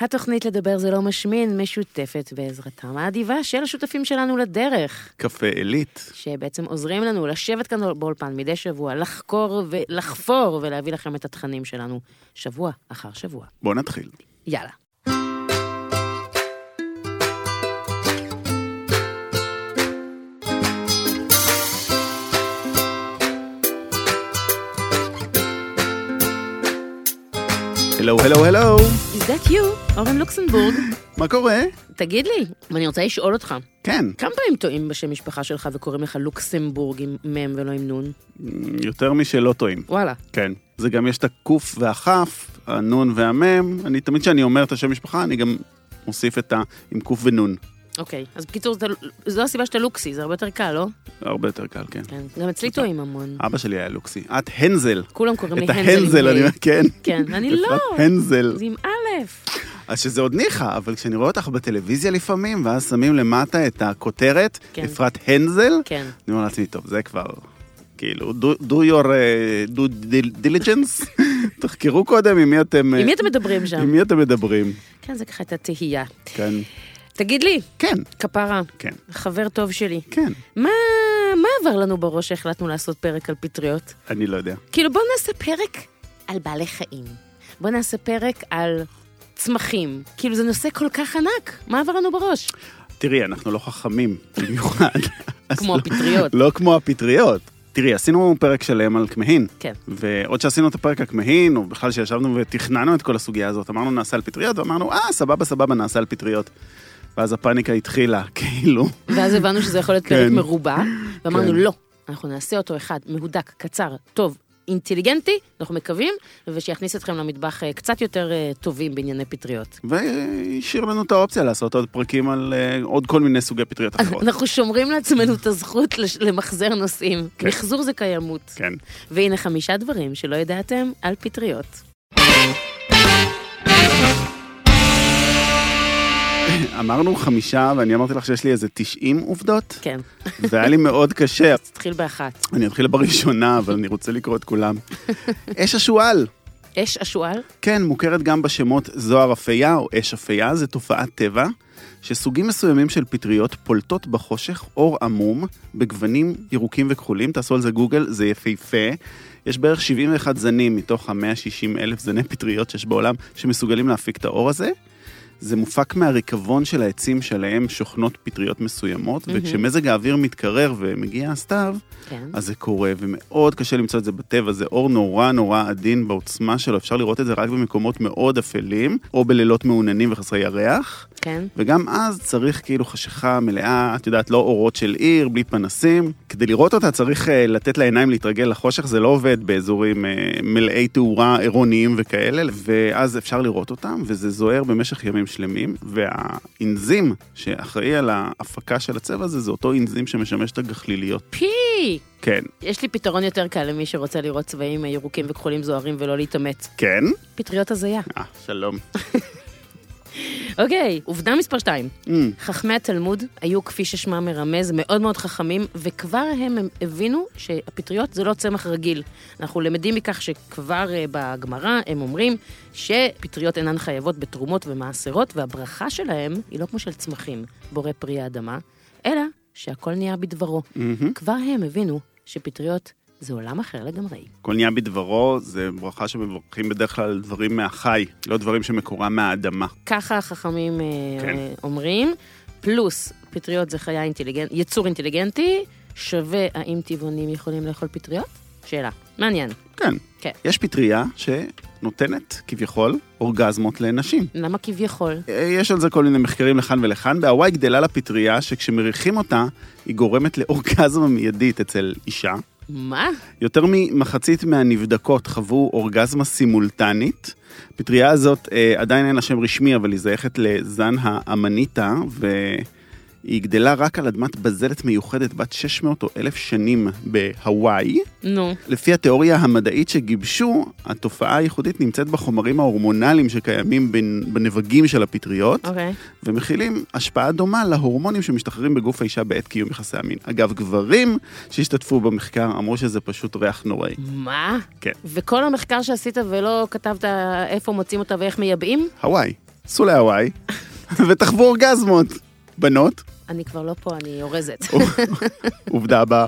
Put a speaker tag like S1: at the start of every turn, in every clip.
S1: התוכנית לדבר זה לא משמין משותפת בעזרתם האדיבה של השותפים שלנו לדרך,
S2: קפה עילית.
S1: שבעצם עוזרים לנו לשבת כאן באולפן מדי שבוע, לחקור ולחפור ולהביא לכם את התכנים שלנו שבוע אחר שבוע.
S2: בואו נתחיל.
S1: יאללה.
S2: הלו, הלו, הלו,
S1: Is that you, אורן לוקסנבורג?
S2: מה קורה?
S1: תגיד לי, ואני רוצה לשאול אותך,
S2: כן,
S1: כמה פעמים טועים בשם משפחה שלך וקוראים לך לוקסמבורג עם מ' ולא עם נ'?
S2: יותר משלא טועים.
S1: וואלה.
S2: כן. זה גם יש את הקוף והכף, הנון והמם. אני, תמיד כשאני אומר את השם משפחה, אני גם מוסיף את ה... עם קוף ונון.
S1: אוקיי, אז בקיצור, אתה- זו הסיבה שאתה לוקסי, זה הרבה יותר קל, לא?
S2: הרבה יותר קל, כן.
S1: כן. גם אצלי טועים המון.
S2: אבא שלי היה לוקסי. את הנזל.
S1: כולם קוראים לי
S2: את
S1: הנזל.
S2: ההנזל,
S1: עם
S2: אני
S1: ה'.
S2: אומר, כן.
S1: כן, אני לא.
S2: אפרת הנזל.
S1: זה עם א'.
S2: אז שזה עוד ניחא, אבל כשאני רואה אותך בטלוויזיה לפעמים, ואז שמים למטה את הכותרת,
S1: כן.
S2: אפרת הנזל,
S1: כן.
S2: אני אומר לעצמי, טוב, זה כבר, כאילו, do- do your uh, do diligence, תחקרו קודם עם מי אתם... אה,
S1: עם מי אתם מדברים שם?
S2: עם מי אתם מדברים,
S1: כן, זה ככה הייתה תהייה.
S2: כן.
S1: תגיד לי,
S2: כן,
S1: כפרה,
S2: כן,
S1: חבר טוב שלי,
S2: כן,
S1: מה מה עבר לנו בראש שהחלטנו לעשות פרק על פטריות?
S2: אני לא יודע.
S1: כאילו, בוא נעשה פרק על בעלי חיים. בוא נעשה פרק על צמחים. כאילו, זה נושא כל כך ענק, מה עבר לנו בראש?
S2: תראי, אנחנו לא חכמים במיוחד. אז
S1: כמו
S2: לא-
S1: הפטריות.
S2: לא כמו הפטריות. תראי, עשינו פרק שלם על כמהין.
S1: כן.
S2: ועוד שעשינו את הפרק הכמהין, או בכלל שישבנו ותכננו את כל הסוגיה הזאת, אמרנו נעשה על פטריות, ואמרנו, אה, סבבה, סבבה, נעשה על פטריות. ואז הפאניקה התחילה, כאילו.
S1: ואז הבנו שזה יכול להיות פרק
S2: כן.
S1: מרובע, ואמרנו,
S2: כן.
S1: לא, אנחנו נעשה אותו אחד, מהודק, קצר, טוב, אינטליגנטי, אנחנו מקווים, ושיכניס אתכם למטבח אה, קצת יותר אה, טובים בענייני פטריות.
S2: והשאיר לנו את האופציה לעשות עוד פרקים על אה, עוד כל מיני סוגי פטריות אחרות.
S1: אנחנו שומרים לעצמנו את הזכות לש- למחזר נושאים.
S2: כן.
S1: מחזור זה קיימות.
S2: כן.
S1: והנה חמישה דברים שלא ידעתם על פטריות.
S2: אמרנו חמישה, ואני אמרתי לך שיש לי איזה 90 עובדות,
S1: כן,
S2: והיה לי מאוד קשה.
S1: אז תתחיל באחת.
S2: אני אתחיל בראשונה, אבל אני רוצה לקרוא את כולם. אש השועל,
S1: אש השועל?
S2: כן, מוכרת גם בשמות זוהר אפייה או אש אפייה, זה תופעת טבע, שסוגים מסוימים של פטריות פולטות בחושך אור עמום בגוונים ירוקים וכחולים, תעשו על זה גוגל, זה יפהפה. יש בערך 71 זנים מתוך ה-160 אלף זני פטריות שיש בעולם שמסוגלים להפיק את האור הזה. זה מופק מהריקבון של העצים שעליהם שוכנות פטריות מסוימות,
S1: מהמם.
S2: וכשמזג האוויר מתקרר ומגיע הסתיו,
S1: כן.
S2: אז זה קורה, ומאוד קשה למצוא את זה בטבע, זה אור נורא נורא עדין בעוצמה שלו, אפשר לראות את זה רק במקומות מאוד אפלים, או בלילות מעוננים וחסרי ירח,
S1: כן.
S2: וגם אז צריך כאילו חשיכה מלאה, את יודעת, לא אורות של עיר, בלי פנסים. כדי לראות אותה צריך אה, לתת לעיניים להתרגל לחושך, זה לא עובד באזורים אה, מלאי תאורה עירוניים וכאלה, ואז אפשר לראות אותם, וזה זוהר במשך ימים שלמים, והאנזים שאחראי על ההפקה של הצבע הזה, זה אותו אנזים שמשמש את הגחליליות.
S1: פי!
S2: כן.
S1: יש לי פתרון יותר קל למי שרוצה לראות צבעים אה, ירוקים וכחולים זוהרים ולא להתעמת.
S2: כן?
S1: פטריות הזיה.
S2: אה, שלום.
S1: אוקיי, עובדה מספר 2.
S2: Mm,
S1: חכמי התלמוד היו, כפי ששמם מרמז, מאוד מאוד חכמים, וכבר הם הם הבינו שהפטריות זה לא צמח רגיל. אנחנו למדים מכך שכבר אה, בגמרא הם אומרים שפטריות אינן חייבות בתרומות ומעשרות, והברכה שלהם היא לא כמו של צמחים, בורא פרי האדמה, אלא שהכל נהיה בדברו.
S2: מהמם.
S1: כבר הם הבינו שפטריות זה עולם אחר לגמרי.
S2: כל נהיה בדברו זה ברכה שמברכים בדרך כלל על דברים מהחי, לא דברים שמקורם מהאדמה.
S1: ככה החכמים אה,
S2: כן.
S1: אומרים, פלוס פטריות זה חיה אינטליגנט, יצור אינטליגנטי, שווה האם טבעונים יכולים לאכול פטריות? שאלה. מעניין.
S2: כן.
S1: כן.
S2: יש פטריה שנותנת כביכול אורגזמות לנשים.
S1: למה כביכול?
S2: אה, יש על זה כל מיני מחקרים לכאן ולכאן. בהוואי גדלה לה פטריה שכשמריחים אותה, היא גורמת לאורגזמה מיידית אצל אישה.
S1: מה?
S2: יותר ממחצית מהנבדקות חוו אורגזמה סימולטנית. הפטריה הזאת אה, עדיין אין לה שם רשמי, אבל היא זייכת לזן האמניטה, והיא גדלה רק על אדמת בזלת מיוחדת בת 600 או 1,000 שנים בהוואי.
S1: נו.
S2: לפי התיאוריה המדעית שגיבשו, התופעה הייחודית נמצאת בחומרים ההורמונליים שקיימים בנ- בנבגים של הפטריות,
S1: אוקיי.
S2: ומכילים השפעה דומה להורמונים שמשתחררים בגוף האישה בעת קיום יחסי המין. אגב, גברים שהשתתפו במחקר אמרו שזה פשוט ריח נוראי.
S1: מה?
S2: כן.
S1: וכל המחקר שעשית ולא כתבת איפה מוצאים אותה ואיך מייבאים?
S2: הוואי, סעו להוואי, ותחוו אורגזמות. בנות,
S1: אני כבר לא פה, אני אורזת.
S2: עובדה הבאה,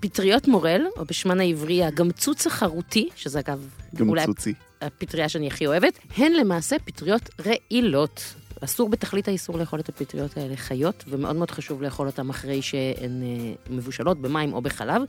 S1: פטריות מורל, או בשמן העברי הגמצוץ החרותי, שזה אגב
S2: גם
S1: אולי
S2: צוצי.
S1: הפטריה שאני הכי אוהבת, הן למעשה פטריות רעילות. אסור בתכלית האיסור לאכול את הפטריות האלה חיות, ומאוד מאוד חשוב לאכול אותן אחרי שהן אה, מבושלות במים או בחלב.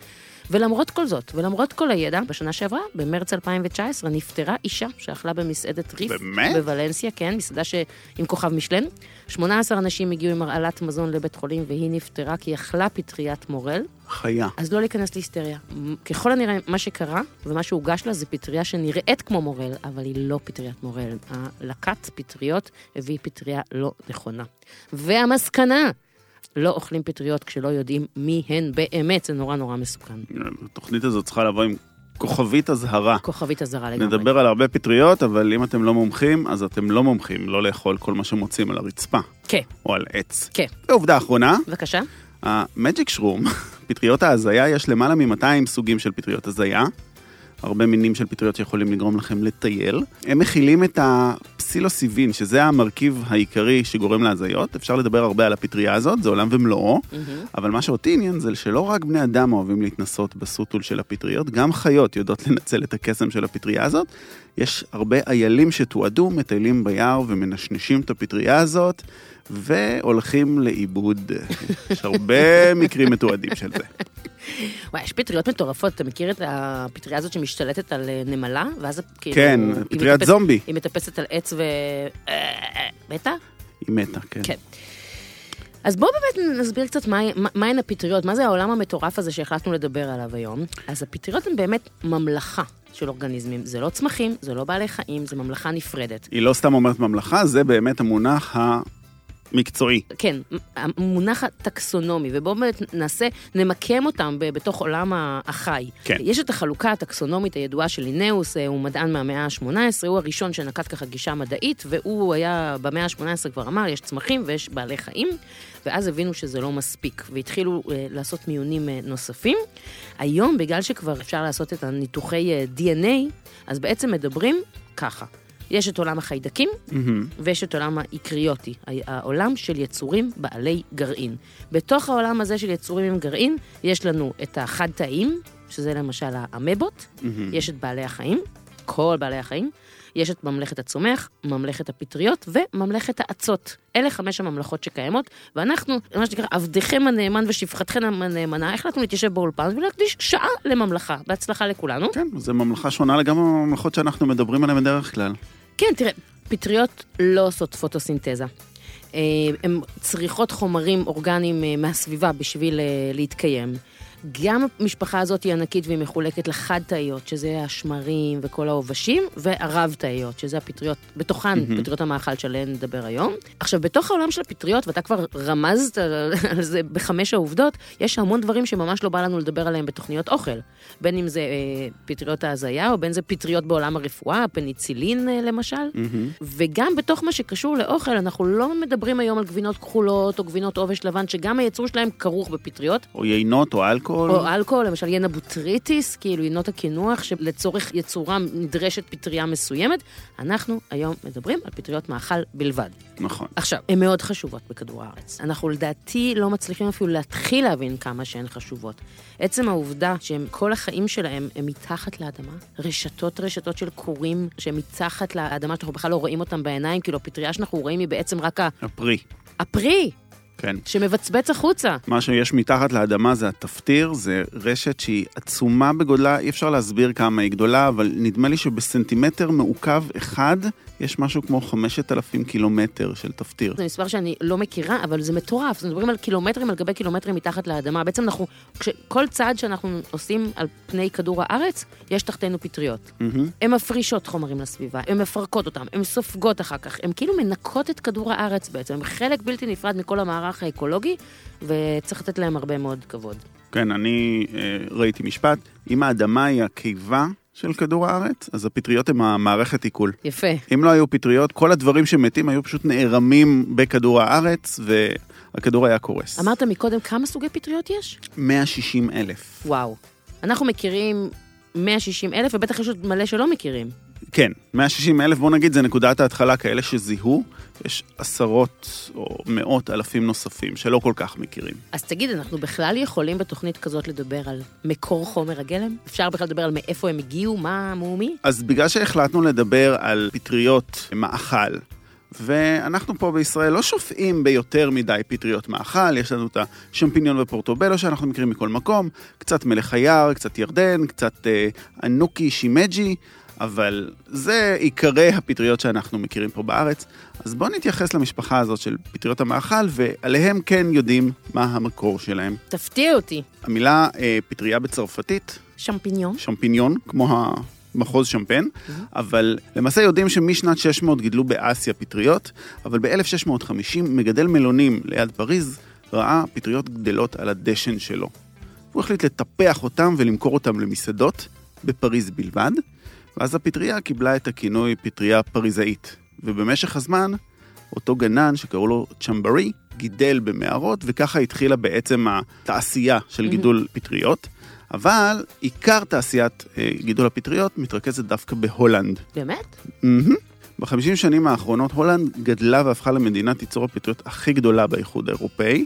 S1: ולמרות כל זאת, ולמרות כל הידע, בשנה שעברה, במרץ 2019, נפטרה אישה שאכלה במסעדת ריף.
S2: באמת?
S1: בוולנסיה, כן, מסעדה ש... עם כוכב משלן. 18 אנשים הגיעו עם הרעלת מזון לבית חולים, והיא נפטרה כי אכלה פטריית מורל.
S2: חיה.
S1: אז לא להיכנס להיסטריה. מ- ככל הנראה, מה שקרה ומה שהוגש לה זה פטריה שנראית כמו מורל, אבל היא לא פטריית מורל. הלקט פטריות הביא פטריה לא נכונה. והמסקנה, לא אוכלים פטריות כשלא יודעים מי הן באמת, זה נורא נורא מסוכן.
S2: התוכנית הזאת צריכה לבוא עם כוכבית אזהרה.
S1: כוכבית אזהרה לגמרי.
S2: נדבר על הרבה פטריות, אבל אם אתם לא מומחים, אז אתם לא מומחים לא לאכול כל מה שמוצאים על הרצפה
S1: כן,
S2: או על עץ.
S1: כן.
S2: ועובדה אחרונה,
S1: בבקשה.
S2: המג'יק שרום, פטריות ההזיה, יש למעלה מ-200 סוגים של פטריות הזיה, הרבה מינים של פטריות שיכולים לגרום לכם לטייל. הם מכילים את הפסילוסיבין, שזה המרכיב העיקרי שגורם להזיות. אפשר לדבר הרבה על הפטריה הזאת, זה עולם ומלואו.
S1: מהמם.
S2: אבל מה שאותי עניין זה שלא רק בני אדם אוהבים להתנסות בסוטול של הפטריות, גם חיות יודעות לנצל את הקסם של הפטריה הזאת. יש הרבה איילים שתועדו, מטיילים ביער ומנשנשים את הפטריה הזאת, והולכים לאיבוד. יש הרבה מקרים מתועדים של זה.
S1: וואי, יש פטריות מטורפות, אתה מכיר את הפטריה הזאת שמשתלטת על אה, נמלה? ואז כאילו...
S2: כן,
S1: היא
S2: פטריית
S1: מטפס-
S2: זומבי.
S1: היא מטפסת על עץ ו... אה, מתה?
S2: היא מתה, כן.
S1: כן. אז בואו באמת נסביר קצת מהי- מה- מהן הפטריות, מה זה העולם המטורף הזה שהחלטנו לדבר עליו היום. אז הפטריות הן באמת ממלכה של אורגניזמים. זה לא צמחים, זה לא בעלי חיים, זה ממלכה נפרדת.
S2: היא לא סתם אומרת ממלכה, זה באמת המונח המקצועי.
S1: כן, המונח הטקסונומי, ובואו באמת נעשה, נמקם אותם ב- בתוך עולם ה- החי.
S2: כן.
S1: יש את החלוקה הטקסונומית הידועה של לינאוס, אה, הוא מדען מהמאה ה-18, הוא הראשון שנקט ככה גישה מדעית, והוא היה במאה ה-18 כבר אמר, יש צמחים ויש בעלי חיים, ואז הבינו שזה לא מספיק, והתחילו אה, לעשות מיונים אה, נוספים. היום, בגלל שכבר אפשר לעשות את הניתוחי אה, DNA, אז בעצם מדברים ככה. יש את עולם החיידקים,
S2: מהמם.
S1: ויש את עולם האיקריוטי, ה- העולם של יצורים בעלי גרעין. בתוך העולם הזה של יצורים עם גרעין, יש לנו את החד-תאים, שזה למשל האמבות,
S2: מהמם.
S1: יש את בעלי החיים, כל בעלי החיים, יש את ממלכת הצומח, ממלכת הפטריות וממלכת האצות. אלה חמש הממלכות שקיימות, ואנחנו, מה שנקרא, עבדכם הנאמן ושפחתכם הנאמנה, החלטנו להתיישב באולפן ולהקדיש שעה לממלכה. בהצלחה לכולנו.
S2: כן, זו ממלכה שונה לגמרי מהממלכות שאנחנו מדברים עליהן בדרך כלל.
S1: כן, תראה, פטריות לא עושות פוטוסינתזה. אה, הן צריכות חומרים אורגניים אה, מהסביבה בשביל אה, להתקיים. גם המשפחה הזאת היא ענקית והיא מחולקת לחד-תאיות, שזה השמרים וכל העובשים, והרב-תאיות, שזה הפטריות, בתוכן,
S2: מהמם.
S1: mm-hmm. פטריות המאכל שעליהן נדבר היום. עכשיו, בתוך העולם של הפטריות, ואתה כבר רמזת על על זה בחמש העובדות, יש המון דברים שממש לא בא לנו לדבר עליהם בתוכניות אוכל. בין אם זה אה, פטריות ההזיה, או בין זה פטריות בעולם הרפואה, פניצילין אה, למשל.
S2: מהמם.
S1: וגם בתוך מה שקשור לאוכל, אנחנו לא מדברים היום על גבינות כחולות או גבינות עובש לבן, שגם הייצור שלהם כרוך בפטריות,
S2: או יינות או אלכוהול.
S1: או אלכוהול, למשל ינה בוטריטיס, כאילו ינות הקינוח, שלצורך יצורם נדרשת פטריה מסוימת. אנחנו היום מדברים על פטריות מאכל בלבד.
S2: נכון.
S1: עכשיו, הן מאוד חשובות בכדור הארץ. אנחנו לדעתי לא מצליחים אפילו להתחיל להבין כמה שהן חשובות. עצם העובדה שהם, כל החיים שלהם הם מתחת לאדמה, רשתות רשתות של כורים שהם מתחת לאדמה, שאנחנו בכלל לא רואים אותם בעיניים, כאילו הפטריה שאנחנו רואים היא בעצם רק ה-
S2: הפרי.
S1: הפרי.
S2: כן.
S1: שמבצבץ החוצה.
S2: מה שיש מתחת לאדמה זה התפטיר, זה רשת שהיא עצומה בגודלה, אי אפשר להסביר כמה היא גדולה, אבל נדמה לי שבסנטימטר מעוקב אחד יש משהו כמו 5,000 קילומטר של תפטיר.
S1: זה מספר שאני לא מכירה, אבל זה מטורף. אנחנו מדברים על קילומטרים על גבי קילומטרים מתחת לאדמה. בעצם אנחנו, כש- כל צעד שאנחנו עושים על פני כדור הארץ, יש תחתינו פטריות.
S2: מהמם.
S1: הן מפרישות חומרים לסביבה, הן מפרקות אותם, הן סופגות אחר כך, הן כאילו מנקות את כדור הארץ בעצם, הן חלק בלתי נפרד מכל המערך האקולוגי, וצריך לתת להם הרבה מאוד כבוד.
S2: כן, אני אה, ראיתי משפט, אם האדמה היא הקיבה של כדור הארץ, אז הפטריות הן המערכת עיכול.
S1: יפה.
S2: אם לא היו פטריות, כל הדברים שמתים היו פשוט נערמים בכדור הארץ, והכדור היה קורס.
S1: אמרת מקודם כמה סוגי פטריות יש?
S2: 160 אלף.
S1: וואו. אנחנו מכירים 160 אלף, ובטח יש עוד מלא שלא מכירים.
S2: כן, 160 אלף, בוא נגיד, זה נקודת ההתחלה, כאלה שזיהו, יש עשרות או מאות אלפים נוספים שלא כל כך מכירים.
S1: אז תגיד, אנחנו בכלל יכולים בתוכנית כזאת לדבר על מקור חומר הגלם? אפשר בכלל לדבר על מאיפה הם הגיעו, מה, מו, מי?
S2: אז בגלל שהחלטנו לדבר על פטריות מאכל, ואנחנו פה בישראל לא שופעים ביותר מדי פטריות מאכל, יש לנו את השמפיניון ופורטובלו שאנחנו מכירים מכל מקום, קצת מלך היער, קצת ירדן, קצת אה, אנוקי, שימג'י, אבל זה עיקרי הפטריות שאנחנו מכירים פה בארץ. אז בואו נתייחס למשפחה הזאת של פטריות המאכל, ועליהם כן יודעים מה המקור שלהם.
S1: תפתיע אותי.
S2: המילה אה, פטריה בצרפתית
S1: שמפיניון?
S2: שמפיניון, כמו המחוז שמפן, אבל למעשה יודעים שמשנת 600 גידלו באסיה פטריות, אבל ב-1650 מגדל מלונים ליד פריז ראה פטריות גדלות על הדשן שלו. הוא החליט לטפח אותם ולמכור אותם למסעדות, בפריז בלבד, ואז הפטריה קיבלה את הכינוי פטריה פריזאית. ובמשך הזמן, אותו גנן שקראו לו צ'מברי, גידל במערות, וככה התחילה בעצם התעשייה של גידול פטריות. אבל עיקר תעשיית אה, גידול הפטריות מתרכזת דווקא בהולנד.
S1: באמת?
S2: מהמם. בחמישים שנים האחרונות הולנד גדלה והפכה למדינת ייצור הפטריות הכי גדולה באיחוד האירופאי.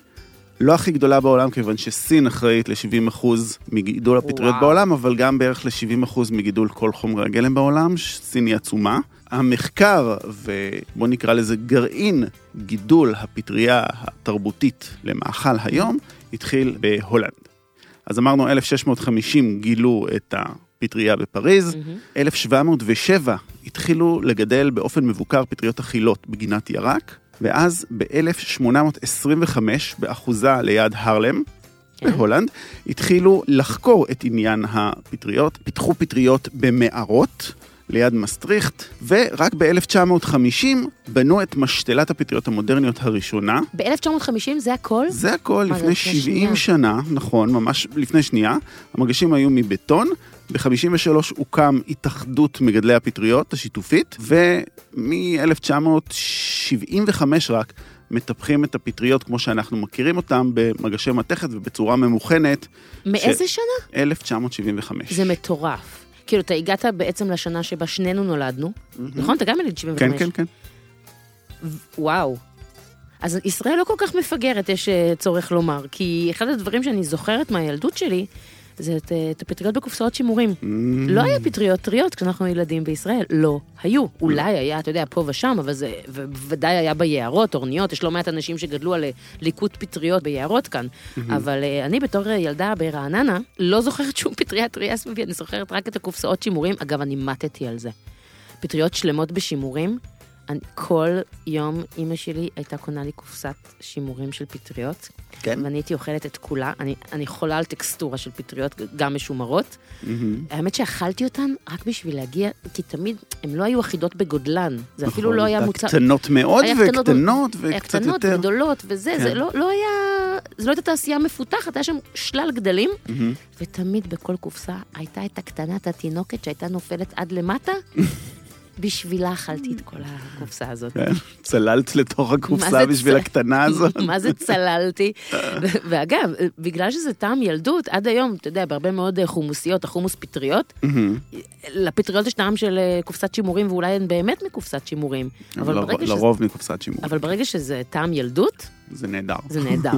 S2: לא הכי גדולה בעולם, כיוון שסין אחראית ל-70% מגידול הפטריות
S1: וואו.
S2: בעולם, אבל גם בערך ל-70% מגידול כל חומרי הגלם בעולם, ש- סין היא עצומה. המחקר, ובוא נקרא לזה גרעין גידול הפטריה התרבותית למאכל היום, התחיל בהולנד. אז אמרנו 1650 גילו את הפטריה בפריז, 1707 התחילו לגדל באופן מבוקר פטריות אכילות בגינת ירק, ואז ב-1825 באחוזה ליד הרלם,
S1: כן.
S2: בהולנד, התחילו לחקור את עניין הפטריות, פיתחו פטריות במערות. ליד מסטריכט, ורק ב-1950 בנו את משתלת הפטריות המודרניות הראשונה,
S1: ב-1950 זה הכל?
S2: זה הכל
S1: מה, זה
S2: לפני
S1: לפני
S2: 70 שנה, נכון, ממש לפני שנייה. המגשים היו מבטון, ב-53 הוקם התאחדות מגדלי הפטריות השיתופית, ומ-1975 רק מטפחים את הפטריות כמו שאנחנו מכירים אותם במגשי מתכת ובצורה ממוכנת,
S1: מאיזה שנה?
S2: 1975.
S1: זה מטורף. כאילו, אתה הגעת בעצם לשנה שבה שנינו נולדנו, נכון? אתה גם יליד 75.
S2: כן, כן, כן.
S1: Mm. וואו. אז ישראל לא כל כך מפגרת, יש אה, צורך לומר, כי אחד הדברים שאני זוכרת מהילדות שלי, זה את, אה, את הפטריות בקופסאות שימורים.
S2: Mm.
S1: לא היה פטריות טריות כשאנחנו ילדים בישראל, לא היו. אולי היה, אתה יודע, פה ושם, אבל זה, ובוודאי היה ביערות, אורניות, יש לא מעט אנשים שגדלו על אה, ליקוט פטריות ביערות כאן. אבל אה, אני בתור אה, ילדה ברעננה, לא זוכרת שום פטריה טריה סביבי, אני זוכרת רק את הקופסאות שימורים. אגב, אני מתתי על זה. פטריות שלמות בשימורים. אני, כל יום אימא שלי הייתה קונה לי קופסת שימורים של פטריות,
S2: כן?
S1: ואני הייתי אוכלת את כולה. אני, אני חולה על טקסטורה של פטריות, גם משומרות.
S2: מהמם.
S1: האמת שאכלתי אותן רק בשביל להגיע, כי תמיד, הן לא היו אחידות בגודלן. זה אפילו
S2: נכון,
S1: לא היה
S2: הייתה
S1: מוצר...
S2: קטנות מאוד
S1: היה קטנות-
S2: וקטנות
S1: היה
S2: וקצת
S1: קטנות
S2: יותר.
S1: וגדולות וזה,
S2: כן.
S1: זה לא, לא היה, זה לא הייתה תעשייה מפותחת, היה שם שלל גדלים,
S2: מהמם.
S1: ותמיד בכל קופסה הייתה את הקטנת התינוקת שהייתה נופלת עד למטה, בשבילה אכלתי את כל הקופסה הזאת.
S2: כן, צללת לתוך
S1: מה
S2: הקופסה
S1: זה
S2: בשביל
S1: צל-
S2: הקטנה הזאת.
S1: מה זה צללתי? ואגב, בגלל שזה טעם ילדות, עד היום, אתה יודע, בהרבה מאוד אה, חומוסיות, החומוס פטריות,
S2: מהמם.
S1: לפטריות יש טעם של אה, קופסת שימורים, ואולי הן באמת מקופסת שימורים. אבל
S2: לר-
S1: ברגע שזה-
S2: לרוב מקופסת שימור.
S1: אבל ברגע שזה טעם ילדות,
S2: זה נהדר.
S1: זה נהדר.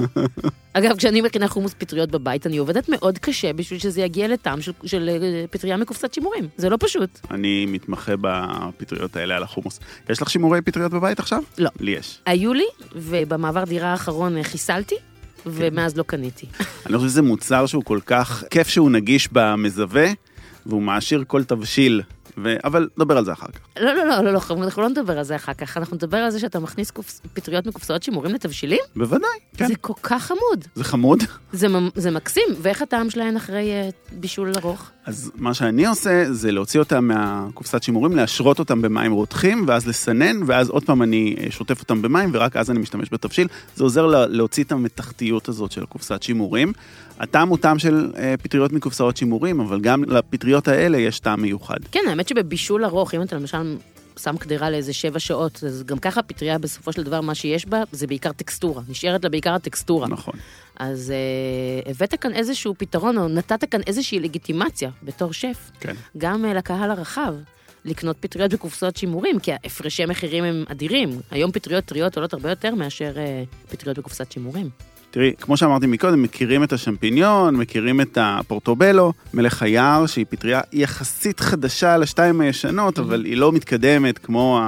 S1: אגב, כשאני מכינה חומוס פטריות בבית, אני עובדת מאוד קשה בשביל שזה יגיע לטעם של, של אה, פטריה מקופסת שימורים. זה לא פשוט.
S2: אני מתמחה בפטריות האלה על החומוס. יש לך שימורי פטריות בבית עכשיו?
S1: לא.
S2: לי יש.
S1: היו לי, ובמעבר דירה האחרון אה, חיסלתי, ומאז לא קניתי.
S2: אני חושב שזה מוצר שהוא כל כך כיף שהוא נגיש במזווה, והוא מעשיר כל תבשיל. ו... אבל נדבר על זה אחר כך.
S1: לא, לא, לא, לא, לא, אנחנו לא נדבר על זה אחר כך, אנחנו נדבר על זה שאתה מכניס קופס, פטריות מקופסאות שימורים לתבשילים?
S2: בוודאי, כן.
S1: זה כל כך חמוד.
S2: זה חמוד.
S1: זה, ממ- זה מקסים, ואיך הטעם שלהן אחרי אה, בישול ארוך?
S2: אז מה שאני עושה זה להוציא אותם מהקופסת שימורים, להשרות אותם במים רותחים, ואז לסנן, ואז עוד פעם אני אה, שוטף אותם במים, ורק אז אני משתמש בתבשיל. זה עוזר לה, להוציא את המתכתיות הזאת של הקופסת שימורים. הטעם הוא טעם של אה, פטריות מקופסאות שימורים, אבל גם לפטריות האלה יש טעם מיוחד.
S1: כן, האמת שבבישול ארוך, אם אתה למשל שם קדירה לאיזה שבע שעות, אז גם ככה פטריה בסופו של דבר, מה שיש בה זה בעיקר טקסטורה. נשארת לה בעיקר הטקסטורה.
S2: נכון.
S1: אז אה, הבאת כאן איזשהו פתרון, או נתת כאן איזושהי לגיטימציה בתור שף,
S2: כן.
S1: גם אה, לקהל הרחב. לקנות פטריות בקופסאות שימורים, כי הפרשי המחירים הם אדירים. היום פטריות טריות עולות הרבה יותר מאשר אה, פטריות בקופסת שימורים.
S2: תראי, כמו שאמרתי מקודם, מכירים את השמפיניון, מכירים את הפורטובלו, מלך היער, שהיא פטריה יחסית חדשה לשתיים הישנות, אבל היא לא מתקדמת כמו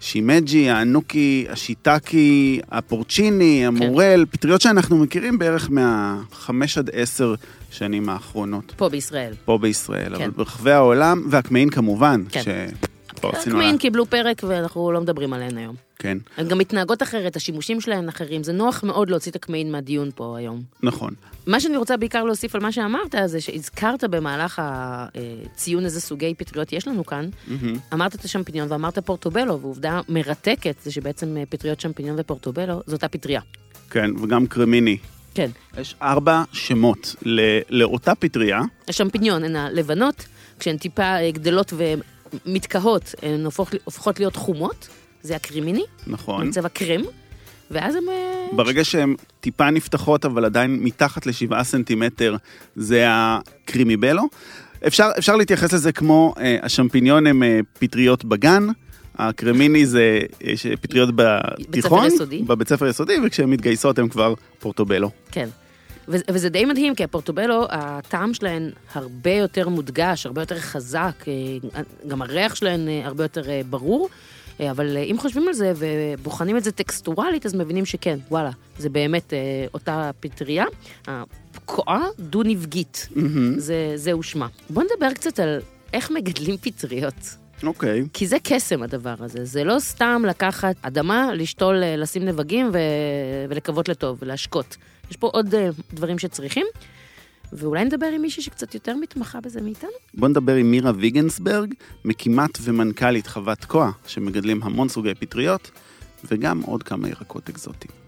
S2: השימג'י, האנוקי, השיטקי,
S1: כן.
S2: הפורצ'יני, המורל, פטריות שאנחנו מכירים בערך מהחמש עד עשר שנים האחרונות
S1: פה בישראל.
S2: פה בישראל,
S1: כן.
S2: אבל ברחבי העולם, והקמעין כמובן,
S1: כן.
S2: שפה עשינו לה...
S1: קמעין קיבלו פרק ואנחנו לא מדברים עליהן היום.
S2: כן,
S1: הן גם מתנהגות אחרת, השימושים שלהן אחרים. זה נוח מאוד להוציא את הקמעין מהדיון פה היום.
S2: נכון.
S1: מה שאני רוצה בעיקר להוסיף על מה שאמרת, זה שהזכרת במהלך הציון איזה סוגי פטריות יש לנו כאן.
S2: מהמם.
S1: אמרת את השמפיניון ואמרת פורטובלו, ועובדה מרתקת זה שבעצם אה, פטריות שמפיניון ופורטובלו זו אותה פטריה.
S2: כן, וגם קרמיני.
S1: כן.
S2: יש ארבע שמות ל- לאותה פטריה.
S1: השמפיניון הן הלבנות, כשהן טיפה אה, גדלות ומתקהות, הן הופכות- הופכות להיות חומות, זה הקרימיני,
S2: נכון.
S1: צבע קרם, ואז הן... אה,
S2: ברגע שהן טיפה נפתחות, אבל עדיין מתחת לשבעה סנטימטר, זה הקרימיבלו. אפשר, אפשר להתייחס לזה כמו אה, השמפיניון הם אה, פטריות בגן, הקרמיני זה אה, ש- פטריות בתיכון,
S1: יסודי.
S2: בבית ספר יסודי, וכשהן מתגייסות הן כבר פורטובלו.
S1: כן. וזה, וזה די מדהים, כי הפורטובלו, הטעם שלהן הרבה יותר מודגש, הרבה יותר חזק, אה, גם הריח שלהן אה, הרבה יותר אה, ברור, אה, אבל אה, אם חושבים על זה ובוחנים את זה טקסטורלית, אז מבינים שכן, וואלה, זה באמת אה, אותה פטריה, הפקועה דו-נבגית, זה, זהו שמה. בואו נדבר קצת על איך מגדלים פטריות.
S2: אוקיי.
S1: כי זה קסם הדבר הזה, זה לא סתם לקחת אדמה, לשתול, אה, לשים נבגים ו... ולקוות לטוב, ולהשקות. יש פה עוד אה, דברים שצריכים, ואולי נדבר עם מישהי שקצת יותר מתמחה בזה מאיתנו?
S2: בואו נדבר עם מירה ויגנסברג, מקימת ומנכ"לית חוות כוה, שמגדלים המון סוגי פטריות, וגם עוד כמה ירקות אקזוטיים.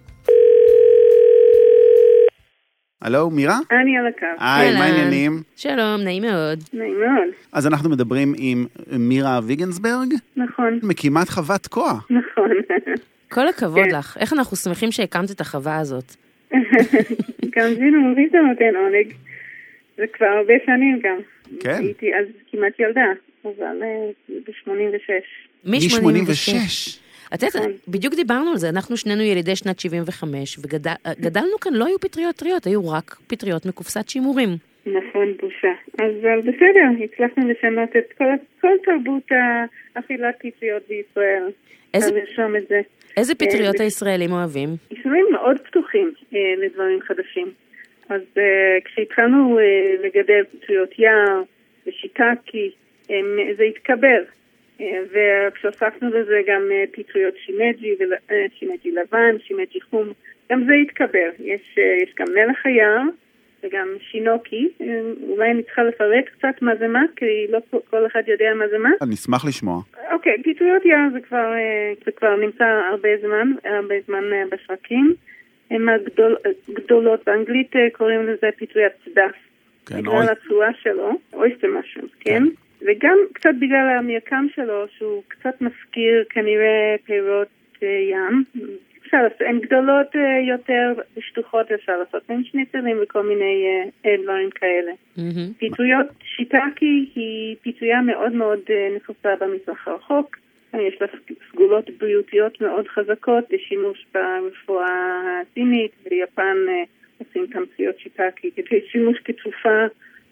S2: הלו, מירה?
S3: אני על הקו.
S2: היי,
S1: אהלן.
S2: מה העניינים?
S1: שלום, נעים מאוד.
S3: נעים מאוד.
S2: אז אנחנו מדברים עם מירה ויגנסברג,
S3: נכון,
S2: מקימת חוות כוח.
S3: נכון.
S1: כל הכבוד לך, איך אנחנו שמחים שהקמת את החווה הזאת.
S3: גם זינו מורידה נותן עונג. זה כבר הרבה שנים גם.
S2: כן.
S3: הייתי אז כמעט ילדה, אבל אה, זה ב-86.
S1: מ- 86.
S2: 86.
S1: את יודעת, בדיוק דיברנו על זה, אנחנו שנינו ילידי שנת 75, וגדלנו כאן, לא היו פטריות טריות, היו רק פטריות מקופסת שימורים.
S3: נכון, בושה. אז אבל בסדר, הצלחנו לשנות את כל, כל תרבות האכילת פיציות בישראל.
S1: איזה-
S3: אז נרשום את זה.
S1: איזה פטריות
S3: אה,
S1: הישראלים אוהבים?
S3: ישראלים מאוד פתוחים אה, לדברים חדשים. אז אה, כשהתחלנו אה, לגדל פטריות יער ושיטקי, אה, זה התקבל. אה, וכשהוספנו לזה גם אה, פטריות שימג'י, ול- אה, שימג'י לבן, שימג'י חום, גם זה התקבל. יש, אה, יש גם מלח היער וגם שינוקי. אה, אולי אני צריכה לפרט קצת מה זה מה, כי לא כל- כל אחד יודע מה זה מה.
S2: אני אשמח לשמוע.
S3: אוקיי, פיטריות יער זה כבר, אה, זה כבר נמצא הרבה זמן, הרבה זמן אה, בשווקים. הן הגדולות, באנגלית אה, קוראים לזה פטריית צדף.
S2: כן, אוי.
S3: בגלל הצורה שלו, אויסטר משהו, כן? וגם קצת בגלל המרקם שלו, שהוא קצת מזכיר כנראה פירות אה, ים. אפשר לעשות, הן גדולות אה, יותר, שטוחות אפשר לעשות, הן שניצלים וכל מיני אה, אה, דברים כאלה.
S1: מהמם.
S3: פיתויות, שיטקי היא פיתויה מאוד מאוד אה, נפוצה במזרח הרחוק, יש לה סגולות בריאותיות מאוד חזקות לשימוש ברפואה הסינית, ביפן אה, עושים תמציות שיטקי כדי שימוש כתרופה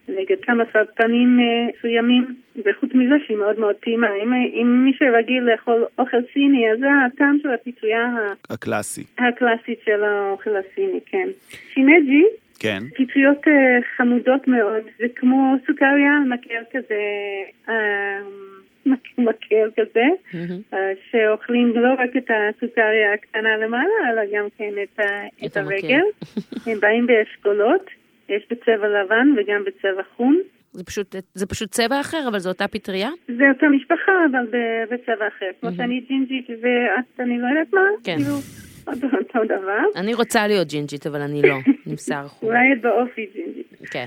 S3: נגד כמה סרטנים מסוימים, וחוץ מזה שהיא מאוד מאוד טעימה. אם, אם מי שרגיל לאכול אוכל סיני, אז זה הטעם של הפיצויה
S2: הקלאסי.
S3: הקלאסית של האוכל הסיני, כן. שינג'י,
S2: כן.
S3: פטריות אה, חמודות מאוד, זה כמו סוכריה, מקר כזה, מקר כזה, אה, שאוכלים לא רק את הסוכריה הקטנה למעלה, אלא גם כן את הרגל. הם באים באשכולות, יש בצבע לבן וגם בצבע חום.
S1: זה פשוט, זה פשוט צבע אחר, אבל זו אותה פטריה?
S3: זה אותה משפחה, אבל בצבע אחר. כמו שאני ג'ינג'ית ואת, אני לא יודעת מה,
S1: כן.
S3: כאילו, אותו- אותו דבר.
S1: אני רוצה להיות ג'ינג'ית, אבל אני לא. עם שיער חום.
S3: אולי את באופי ג'ינג'ית.
S1: כן.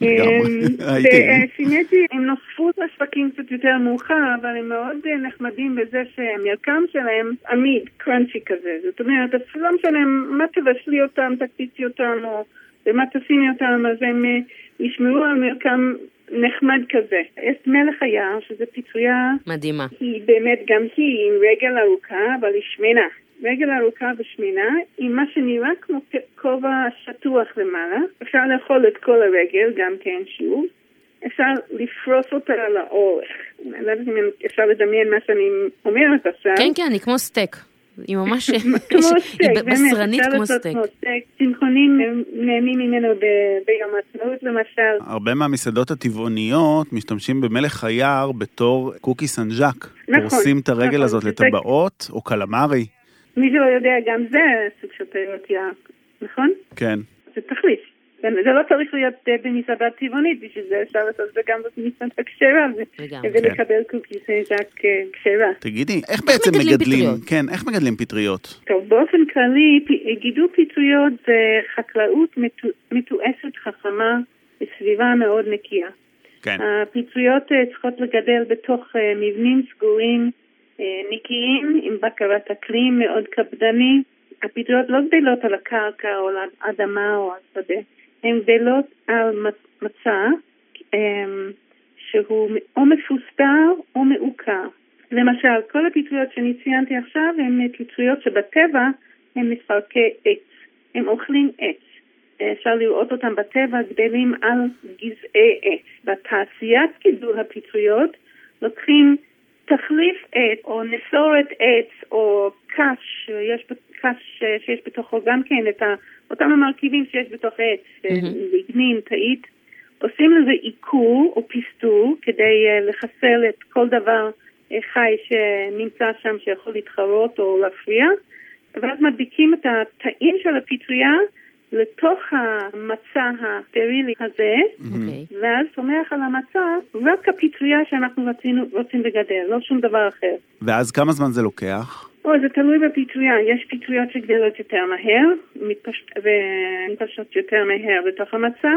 S2: לגמרי.
S3: אה,
S2: הייתי.
S3: ושינג'י, הם נוספו לשווקים קצת יותר מאוחר, אבל הם מאוד אה, נחמדים בזה שהמרקם שלהם עמיד, קראנצ'י כזה. זאת אומרת, אפילו לא משנה מה תבשלי אותם, תקפיצי אותם, או במה תשימי אותם, אז הם אה, ישמרו על מרקם נחמד כזה. יש מלך היער, שזה פטריה
S1: מדהימה.
S3: היא באמת גם היא עם רגל ארוכה, אבל היא שמנה. רגל ארוכה ושמנה עם מה שנראה כמו כ- כובע שטוח למעלה. אפשר לאכול את כל הרגל, גם כן שוב. אפשר לפרוס אותה על האורך. אני לא יודעת אם אפשר לדמיין מה שאני אומרת עכשיו.
S1: כן, כן, אני כמו סטייק. היא ממש...
S3: כמו
S1: היא
S3: סטייק, באמת,
S1: בשרנית
S3: אפשר
S1: כמו
S3: לעשות
S1: סטייק.
S3: כמו סטייק. צמחונים הם נהנים ממנו ב- ביום העצמאות למשל.
S2: הרבה מהמסעדות הטבעוניות משתמשים במלך היער בתור קוקי סנג'ק.
S3: נכון,
S2: פורסים את הרגל
S3: נכון,
S2: הזאת
S3: זה-
S2: לטבעות או קלמרי.
S3: מי שלא יודע, גם זה סוג של פירות יער, נכון?
S2: כן.
S3: זה תחליף. זה זה לא צריך להיות אה, במסעדה טבעונית, בשביל זה אפשר לעשות את זה גם במסעדה כשרה, ו-
S1: לגמרי.
S3: ולקבל קוקיס ז'ק אה, כשרה.
S2: תגידי, איך בעצם
S1: מגדלים
S2: מגדלים?
S1: פטריות?
S2: כן, איך מגדלים פטריות?
S3: טוב, באופן כללי, פ- גידול פטריות זה חקלאות מתו- מתועשת חכמה בסביבה מאוד נקייה.
S2: כן.
S3: הפטריות אה, צריכות לגדל בתוך אה, מבנים סגורים, אה, נקיים, עם בקרת אקלים מאוד קפדני. הפטריות לא גדלות על הקרקע או על האדמה או על שדה, הן גדלות על מצ- מצע אה, שהוא או מפוסטר או מעוקר. למשל, כל הפטריות שאני ציינתי עכשיו הן פטריות שבטבע הם מפרקי עץ, הם אוכלים עץ. אפשר לראות אותם בטבע גדלים על גזעי עץ. בתעשיית גידול הפטריות לוקחים תחליף עץ או נסורת עץ או קש, יש ב- קש אה, שיש בתוכו גם כן את ה- אותם המרכיבים שיש בתוך עץ, אה,
S1: מהמם.
S3: ליגנין, תאית, עושים לזה עיקור או פסטור כדי אה, לחסל את כל דבר אה, חי שנמצא שם שיכול להתחרות או להפריע, ואז מדביקים את התאים של הפטריה לתוך המצע הסטרילי הזה,
S1: אוקיי.
S3: ואז צומח על המצע רק הפטריה שאנחנו רצינו, רוצים לגדל, לא שום דבר אחר.
S2: ואז כמה זמן זה לוקח?
S3: או, זה תלוי בפטריה. יש פטריות שגדלות יותר מהר, מתפש... ומתפשטות יותר מהר בתוך המצע,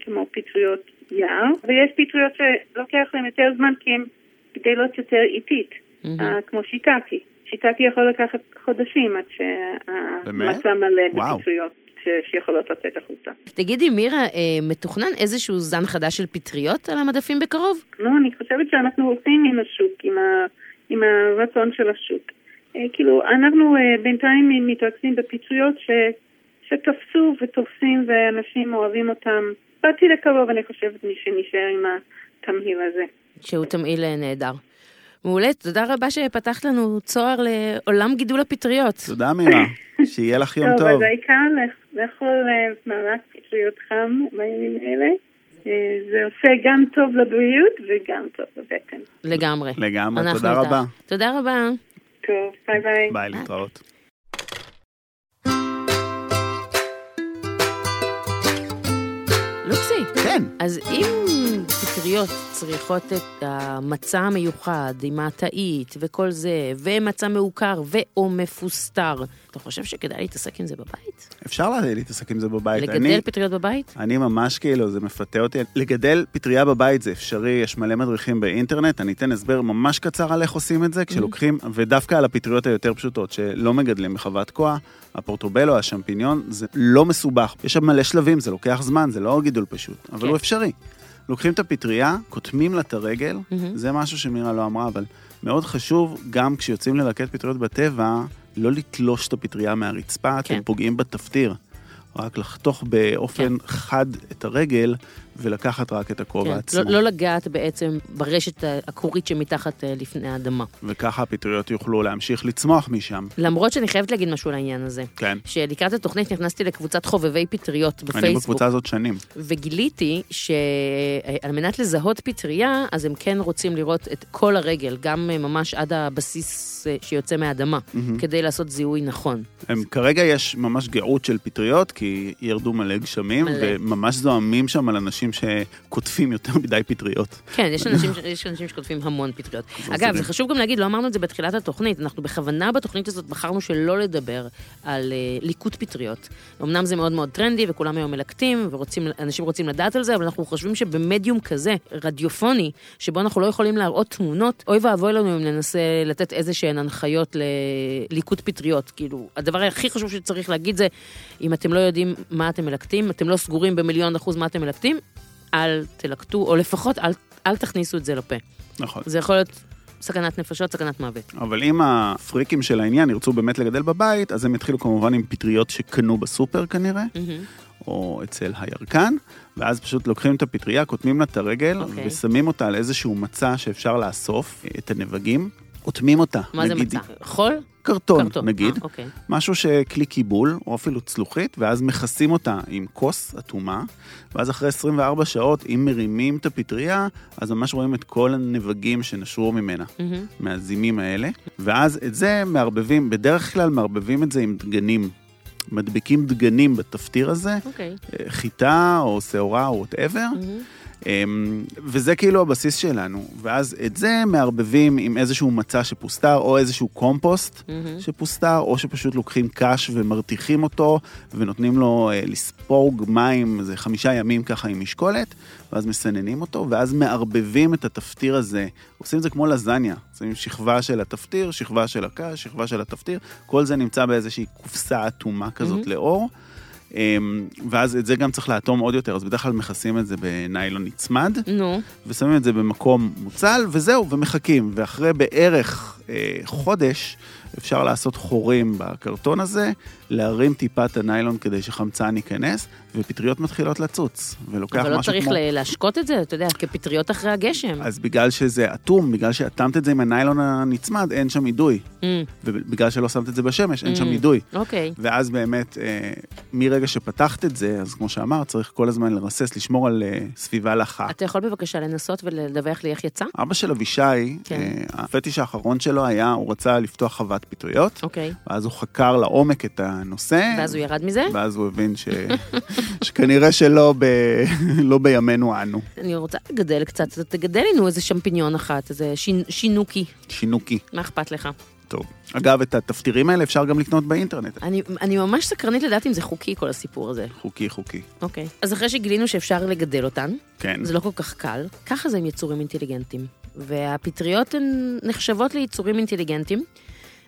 S3: כמו פטריות יער, ויש פטריות שלוקח להן יותר זמן כי הן גדלות יותר איטית,
S1: מהמם.
S3: אה, כמו שיטקי. שיטקי יכול לקחת חודשים עד שהמצע מלא
S2: וואו.
S3: בפטריות ש- שיכולות לצאת החוצה.
S1: תגידי, מירה, אה, מתוכנן איזשהו זן חדש של פטריות על המדפים בקרוב?
S3: לא, אני חושבת שאנחנו הולכים עם השוק, עם, ה, עם הרצון של השוק. אה, כאילו, אנחנו אה, בינתיים מתרכזים בפטריות ש, שתפסו ותופסים ואנשים אוהבים אותם. באתי לקרוב, אני חושבת, מי שנשאר עם התמהיל הזה.
S1: שהוא תמהיל אה, נהדר. מעולה, תודה רבה שפתחת לנו צוהר לעולם גידול הפטריות.
S2: תודה, מירה. שיהיה לך יום
S3: אז
S2: טוב.
S3: העיקר לאכ- לאכול אה, מרק פטריות חם בימים אלה. אה, זה עושה גם טוב לבריאות וגם טוב לבטן.
S1: לגמרי.
S2: לגמרי,
S1: אנחנו
S2: תודה
S1: איתך.
S2: רבה.
S1: תודה רבה.
S3: טוב, ביי ביי.
S2: ביי, להתראות.
S1: לוקסי,
S2: כן.
S1: אז אם פטריות צריכות את המצע המיוחד עם התאית וכל זה, ומצע מעוקר ו/או מפוסטר, אתה חושב שכדאי להתעסק עם זה בבית?
S2: אפשר לה- להתעסק עם זה בבית.
S1: לגדל
S2: אני-
S1: פטריות בבית?
S2: אני ממש כאילו, זה מפתה אותי. לגדל פטריה בבית זה אפשרי, יש מלא מדריכים באינטרנט, אני אתן הסבר ממש קצר על איך עושים את זה, כשלוקחים, ודווקא על הפטריות היותר פשוטות, שלא מגדלים בחוות כואה, הפורטובלו, השמפיניון, זה לא מסובך. יש שם מלא שלבים, זה לוקח זמן, זה לא גידול פשוט, אבל
S1: כן.
S2: הוא אפשרי. לוקחים את הפטריה, קוטמים לה את הרגל, זה משהו שמירה לא אמרה, אבל מאוד חשוב, גם כשיוצאים ללקט פטריות בטבע, לא לתלוש את הפטריה מהרצפה,
S1: כן.
S2: אתם פוגעים בתפטיר. רק לחתוך באופן חד את הרגל ולקחת רק את הכובע
S1: כן,
S2: עצמו.
S1: לא, לא לגעת בעצם ברשת הכורית שמתחת אה, לפני האדמה.
S2: וככה הפטריות יוכלו להמשיך לצמוח משם.
S1: למרות שאני חייבת להגיד משהו על העניין הזה.
S2: כן.
S1: שלקראת התוכנית נכנסתי לקבוצת חובבי פטריות
S2: אני
S1: בפייסבוק,
S2: בקבוצה הזאת שנים.
S1: וגיליתי שעל מנת לזהות פטריה, אז הם כן רוצים לראות את כל הרגל, גם אה, ממש עד הבסיס אה, שיוצא מהאדמה, כדי לעשות זיהוי נכון.
S2: הם, כרגע יש ממש גאות של פטריות, כי ירדו מלא גשמים,
S1: מלא.
S2: וממש זועמים שם על אנשים שקוטפים יותר מדי פטריות.
S1: כן, יש אנשים, ש- יש אנשים שכותבים המון פטריות. אגב, זה
S2: עוזרים.
S1: חשוב גם להגיד, לא אמרנו את זה בתחילת התוכנית, אנחנו בכוונה בתוכנית הזאת בחרנו שלא לדבר על אה, ליקוט פטריות. אמנם זה מאוד מאוד טרנדי, וכולם היום מלקטים, ואנשים רוצים לדעת על זה, אבל אנחנו חושבים שבמדיום כזה, רדיופוני, שבו אנחנו לא יכולים להראות תמונות, אוי ואבוי לנו אם ננסה לתת איזה שהן הנחיות לליקוט פטריות. כאילו, הדבר הכי חשוב שצריך להגיד זה, אם אתם לא יודעים מה אתם מלקטים, אתם לא סגורים במיליון אחוז מה אתם מלקטים, אל תלקטו, או לפחות אל, אל תכניסו את זה לפה.
S2: נכון.
S1: זה יכול להיות סכנת נפשות, סכנת מוות.
S2: אבל אם הפריקים של העניין ירצו באמת לגדל בבית, אז הם יתחילו כמובן עם פטריות שקנו בסופר כנראה, או אצל הירקן, ואז פשוט לוקחים את הפטריה, קוטמים לה את הרגל,
S1: אוקיי.
S2: ושמים אותה על איזשהו מצע שאפשר לאסוף, את הנבגים, אוטמים אותה.
S1: מה זה
S2: נגיד,
S1: מצע? חול?
S2: קרטון,
S1: קרטון.
S2: נגיד.
S1: אה, אוקיי.
S2: משהו שכלי קיבול, או אפילו צלוחית, ואז מכסים אותה עם כוס אטומה, ואז אחרי 24 שעות, אם מרימים את הפטריה, אז ממש רואים את כל הנבגים שנשרו ממנה,
S1: מהמם.
S2: מהזימים האלה, ואז את זה מערבבים, בדרך כלל מערבבים את זה עם דגנים. מדביקים דגנים בתפטיר הזה,
S1: אוקיי.
S2: אה, חיטה או שעורה או וואטאבר,
S1: מהמם.
S2: אמ, וזה כאילו הבסיס שלנו. ואז את זה מערבבים עם איזשהו מצע שפוסטר, או איזשהו קומפוסט
S1: מהמם.
S2: שפוסטר, או שפשוט לוקחים קש ומרתיחים אותו, ונותנים לו אה, לספוג מים איזה חמישה ימים ככה עם משקולת, ואז מסננים אותו, ואז מערבבים את התפטיר הזה. עושים את זה כמו לזניה, שמים שכבה של התפטיר, שכבה של הקש, שכבה של התפטיר, כל זה נמצא באיזושהי קופסה אטומה כזאת
S1: Mhm.
S2: לאור. אמ, ואז את זה גם צריך לאטום עוד יותר, אז בדרך כלל מכסים את זה בניילון נצמד,
S1: נו,
S2: ושמים את זה במקום מוצל, וזהו, ומחכים. ואחרי בערך אה, חודש, אפשר לעשות חורים בקרטון הזה, להרים טיפה את הניילון כדי שחמצן ייכנס, ופטריות מתחילות לצוץ. ולוקח
S1: אבל לא
S2: משהו
S1: צריך
S2: כמו... אה.
S1: ל- להשקות את זה, אתה יודע, כפטריות אחרי הגשם.
S2: אז בגלל שזה אטום, בגלל שאטמת את זה עם הניילון הנצמד, אין שם אידוי.
S1: מ,
S2: ובגלל שלא שמת את זה בשמש, אין
S1: Mm.
S2: שם אידוי.
S1: אוקיי.
S2: ואז באמת, אה, מרגע שפתחת את זה, אז כמו שאמרת, צריך כל הזמן לרסס, לשמור על אה, סביבה לחה.
S1: אתה יכול בבקשה לנסות ולדווח לי איך יצא?
S2: אבא של אבישי,
S1: כן.
S2: כן. הפטיש האחרון שלו היה, הוא רצה לפתוח חוות פיתויות,
S1: אוקיי.
S2: ואז הוא חקר לעומק את הנושא.
S1: ואז הוא ירד מזה?
S2: ואז הוא הבין ש... שכנראה שלא ב... לא בימינו אנו.
S1: אני רוצה לגדל קצת, אז תגדל לנו איזה שמפיניון אחת, איזה שינ- שינוקי,
S2: שינוקי.
S1: מה אכפת לך?
S2: טוב. אגב, את התפטירים האלה אפשר גם לקנות באינטרנט.
S1: אני- אני ממש סקרנית לדעת אם זה חוקי כל הסיפור הזה.
S2: חוקי, חוקי.
S1: אוקיי. אז אחרי שגילינו שאפשר לגדל אותן,
S2: כן.
S1: זה לא כל כך קל, ככה זה עם יצורים אינטליגנטים. והפטריות הן נחשבות ליצורים אינטליגנטים.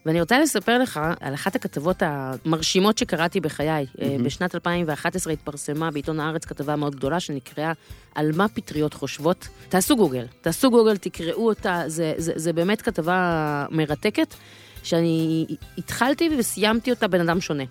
S1: ואני רוצה לספר לך על אחת הכתבות המרשימות שקראתי בחיי. Mm-hmm. בשנת 2011 התפרסמה בעיתון הארץ כתבה מאוד גדולה שנקראה על מה פטריות חושבות. תעשו גוגל, תעשו גוגל, תקראו אותה, זה, זה, זה באמת כתבה מרתקת, שאני התחלתי וסיימתי אותה בן אדם שונה.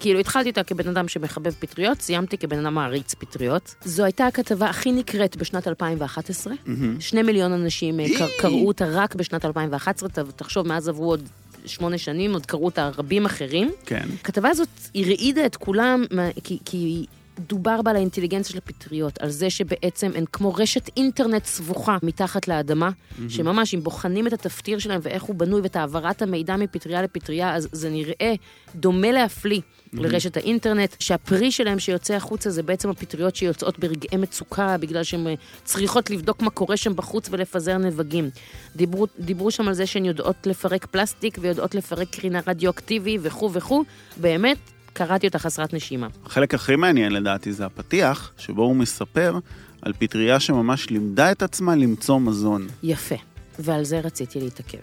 S1: כאילו, התחלתי אותה כבן אדם שמחבב פטריות, סיימתי כבן אדם מעריץ פטריות. זו הייתה הכתבה הכי נקראת בשנת 2011. שני מיליון אנשים אה, קר- קראו אותה רק בשנת 2011, ת- תחשוב, מאז עברו עוד שמונה שנים, עוד קראו אותה רבים אחרים.
S2: כן.
S1: הכתבה הזאת הרעידה את כולם, מה- כי... כי דובר בה על האינטליגנציה של הפטריות, על זה שבעצם הן כמו רשת אינטרנט סבוכה מתחת לאדמה, mm-hmm. שממש, אם בוחנים את התפטיר שלהם ואיך הוא בנוי ואת העברת המידע מפטריה לפטריה, אז זה נראה דומה להפליא mm-hmm. לרשת האינטרנט, שהפרי שלהם שיוצא החוצה זה בעצם הפטריות שיוצאות ברגעי מצוקה, בגלל שהן אה, צריכות לבדוק מה קורה שם בחוץ ולפזר נבגים. דיברו, דיברו שם על זה שהן יודעות לפרק פלסטיק ויודעות לפרק קרינה רדיואקטיבי וכו' וכו', באמת, קראתי אותה חסרת נשימה.
S2: החלק הכי מעניין לדעתי זה הפתיח, שבו הוא מספר על פטריה שממש לימדה את עצמה למצוא מזון.
S1: יפה, ועל זה רציתי להתעכב.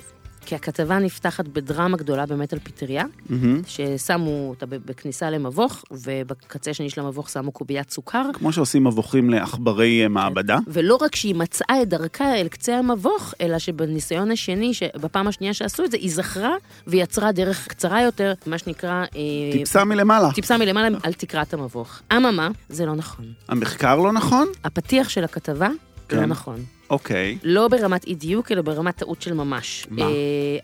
S1: כי הכתבה נפתחת בדרמה גדולה באמת על פטריה,
S2: מהמם.
S1: ששמו אותה ב- בכניסה למבוך, ובקצה השני של המבוך שמו קוביית סוכר.
S2: כמו שעושים מבוכים לעכברי אה, מעבדה.
S1: ולא רק שהיא מצאה את דרכה אל קצה המבוך, אלא שבניסיון השני, בפעם השנייה שעשו את זה, היא זכרה ויצרה דרך קצרה יותר, מה שנקרא... אה,
S2: טיפסה מלמעלה.
S1: טיפסה מלמעלה על תקרת המבוך. אממה, זה לא נכון.
S2: המחקר לא נכון?
S1: הפתיח של הכתבה,
S2: כן.
S1: לא נכון.
S2: אוקיי.
S1: לא ברמת אי דיוק, אלא ברמת טעות של ממש.
S2: מה?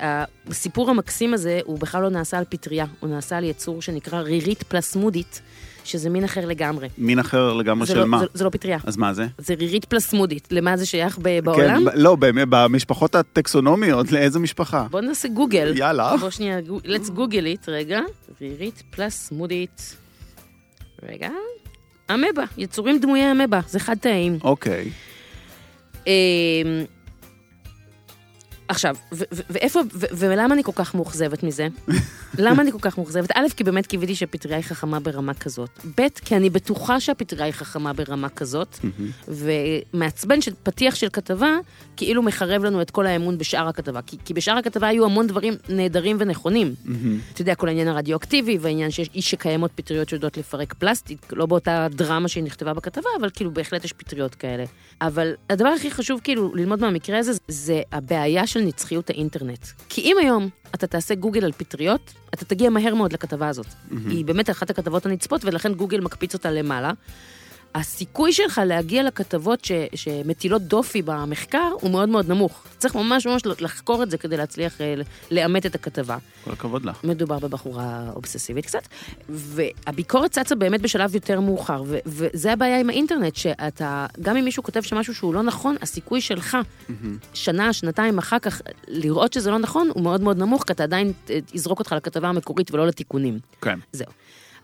S1: אה, הסיפור המקסים הזה, הוא בכלל לא נעשה על פטריה, הוא נעשה על יצור שנקרא רירית פלסמודית, שזה מין אחר לגמרי.
S2: מין אחר לגמרי
S1: זה
S2: של
S1: לא,
S2: מה?
S1: זה, זה לא פטריה,
S2: אז מה זה?
S1: זה רירית פלסמודית. למה זה שייך ב- בעולם?
S2: כן, ב- לא, באמת, במשפחות הטקסונומיות, לאיזה משפחה?
S1: בוא נעשה גוגל.
S2: יאללה.
S1: בוא שנייה, גו- let's גוגל it, רגע. רירית פלסמודית. רגע. אמבה, יצורים דמויי אמבה, זה חד תאים.
S2: אוקיי.
S1: אמ, עכשיו, ו- ו- ואיפה, ו- ולמה אני כל כך מאוכזבת מזה? למה אני כל כך מאוכזבת? א', כי באמת קיוויתי שהפטריה היא חכמה ברמה כזאת. ב', כי אני בטוחה שהפטריה היא חכמה ברמה כזאת, ומעצבן שפתיח של כתבה כאילו מחרב לנו את כל האמון בשאר הכתבה. כי, כי בשאר הכתבה היו המון דברים נהדרים ונכונים. אתה יודע, כל העניין הרדיואקטיבי, והעניין שיש איש שקיימות פטריות שיודעות לפרק פלסטיק, לא באותה דרמה שהיא נכתבה בכתבה, אבל כאילו בהחלט יש פטריות כאלה. אבל הדבר הכי חשוב כאילו ללמוד מהמקרה הזה, זה הבעיה של נצחיות האינטרנט. כי אם היום אתה תעשה גוגל על פטריות, אתה תגיע מהר מאוד לכתבה הזאת. היא באמת אחת הכתבות הנצפות, ולכן גוגל מקפיץ אותה למעלה. הסיכוי שלך להגיע לכתבות ש, שמטילות דופי במחקר הוא מאוד מאוד נמוך. צריך ממש ממש לחקור את זה כדי להצליח אה, לאמת את הכתבה.
S2: כל הכבוד לך.
S1: מדובר בבחורה אובססיבית קצת, והביקורת צצה באמת בשלב יותר מאוחר, ו- וזה הבעיה עם האינטרנט, שאתה, גם אם מישהו כותב שמשהו שהוא לא נכון, הסיכוי שלך, שנה, שנתיים אחר כך, לראות שזה לא נכון, הוא מאוד מאוד נמוך, כי אתה עדיין אה, יזרוק אותך לכתבה המקורית ולא לתיקונים.
S2: כן.
S1: זהו.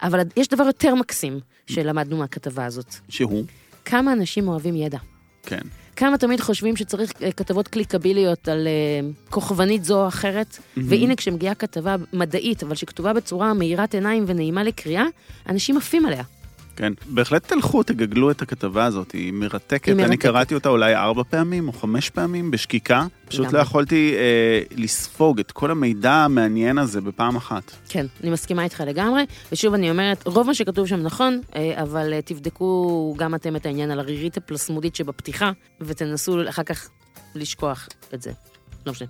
S1: אבל יש דבר יותר מקסים שלמדנו מהכתבה הזאת.
S2: שהוא?
S1: כמה אנשים אוהבים ידע.
S2: כן.
S1: כמה תמיד חושבים שצריך אה, כתבות קליקביליות על אה, כוכבנית זו או אחרת, mm-hmm. והנה כשמגיעה כתבה מדעית, אבל שכתובה בצורה מאירת עיניים ונעימה לקריאה, אנשים עפים עליה.
S2: כן. בהחלט תלכו, תגגלו את הכתבה הזאת, היא מרתקת.
S1: היא
S2: אני
S1: מרתקת.
S2: קראתי אותה אולי ארבע פעמים או חמש פעמים בשקיקה. פשוט לא
S1: לגמרי.
S2: יכולתי אה, לספוג את כל המידע המעניין הזה בפעם אחת.
S1: כן, אני מסכימה איתך לגמרי, ושוב אני אומרת, רוב מה שכתוב שם נכון, אה, אבל אה, תבדקו גם אתם את העניין על הרירית הפלסמודית שבפתיחה, ותנסו אחר כך לשכוח את זה. לא משנה.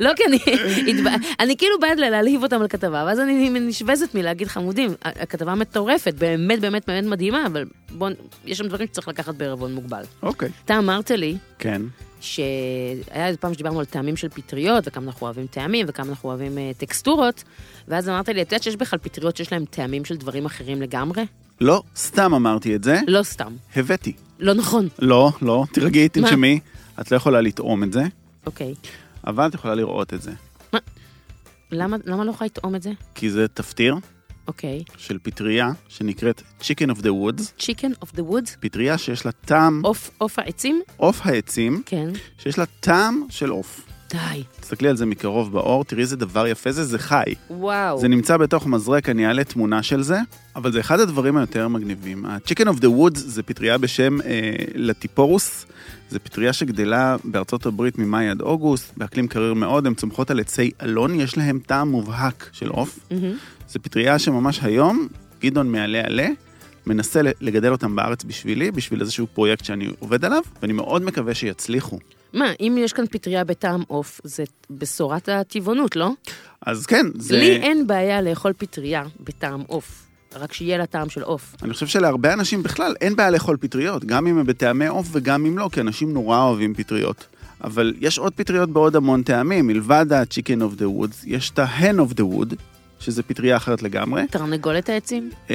S1: לא כי אני, התב- אני כאילו בעד לה- להלהיב אותם על כתבה, ואז אני נשבזת מלהגיד חמודים, ה- הכתבה מטורפת, באמת באמת באמת מדהימה, אבל בואו, יש שם דברים שצריך לקחת בערבון מוגבל.
S2: אוקיי.
S1: אתה אמרת לי
S2: כן.
S1: שהיה איזה פעם שדיברנו על טעמים של פטריות, וכמה אנחנו אוהבים טעמים, וכמה אנחנו אוהבים אה, טקסטורות, ואז אמרת לי, את יודעת שיש בכלל פטריות שיש להן טעמים של דברים אחרים לגמרי?
S2: לא, סתם אמרתי את זה,
S1: לא סתם.
S2: הבאתי.
S1: לא נכון.
S2: לא, לא, תרגעי,
S1: מה?
S2: תנשמי. את לא יכולה לטעום את זה,
S1: אוקיי.
S2: אבל את יכולה לראות את זה.
S1: למה, למה לא יכולה לטעום את זה?
S2: כי זה תפטיר
S1: אוקיי.
S2: של פטריה שנקראת Chicken of the Woods,
S1: Chicken of the woods,
S2: פטריה שיש לה טעם
S1: עוף עוף העצים?
S2: עוף העצים,
S1: כן.
S2: שיש לה טעם של עוף.
S1: די.
S2: תסתכלי על זה מקרוב באור, תראי איזה דבר יפה זה, זה חי.
S1: וואו.
S2: זה נמצא בתוך מזרק, אני אעלה תמונה של זה, אבל זה אחד הדברים היותר מגניבים. ה-Chicken of the Woods זה פטריה בשם אה, לטיפורוס. זו פטריה שגדלה בארצות הברית ממאי עד אוגוסט, באקלים קריר מאוד, הן צומחות על עצי אלון, יש להן טעם מובהק של עוף.
S1: מהמם.
S2: זו פטריה שממש היום, גדעון מעלה עלה, מנסה לגדל אותם בארץ בשבילי, בשביל איזשהו פרויקט שאני עובד עליו, ואני מאוד מקווה שיצליחו.
S1: מה, אם יש כאן פטריה בטעם עוף, זה בשורת הטבעונות, לא?
S2: אז כן, זה...
S1: לי אין בעיה לאכול פטריה בטעם עוף, רק שיהיה לה טעם של עוף.
S2: אני חושב שלהרבה אנשים בכלל אין בעיה לאכול פטריות, גם אם הם בטעמי עוף וגם אם לא, כי אנשים נורא אוהבים פטריות. אבל יש עוד פטריות בעוד המון טעמים, מלבד ה-Chicken of the Woods, יש את ה-Hen of the Wood, שזה פטריה אחרת לגמרי,
S1: תרנגולת העצים?
S2: אמ,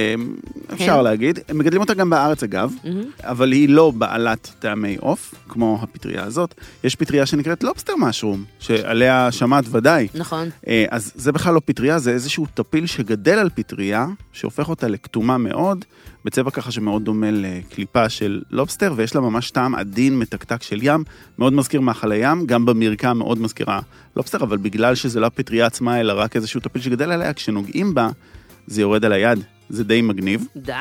S2: אפשר
S1: Hen.
S2: להגיד. הם מגדלים אותה גם בארץ אגב,
S1: מהמם.
S2: אבל היא לא בעלת טעמי עוף, כמו הפטריה הזאת. יש פטריה שנקראת לובסטר משרום, שעליה שמעת ודאי.
S1: נכון.
S2: אה, אז זה בכלל לא פטריה, זה איזשהו טפיל שגדל על פטריה, שהופך אותה לכתומה מאוד, בצבע ככה שמאוד דומה לקליפה של לובסטר, ויש לה ממש טעם עדין, מתקתק של ים, מאוד מזכיר מאכל הים, גם במרקע מאוד מזכירה לובסטר, אבל בגלל שזה לא הפטריה עצמה, אלא רק איזשהו טפיל שגדל עליה, כשנוגעים בה, זה יורד על היד. זה די מגניב.
S1: די.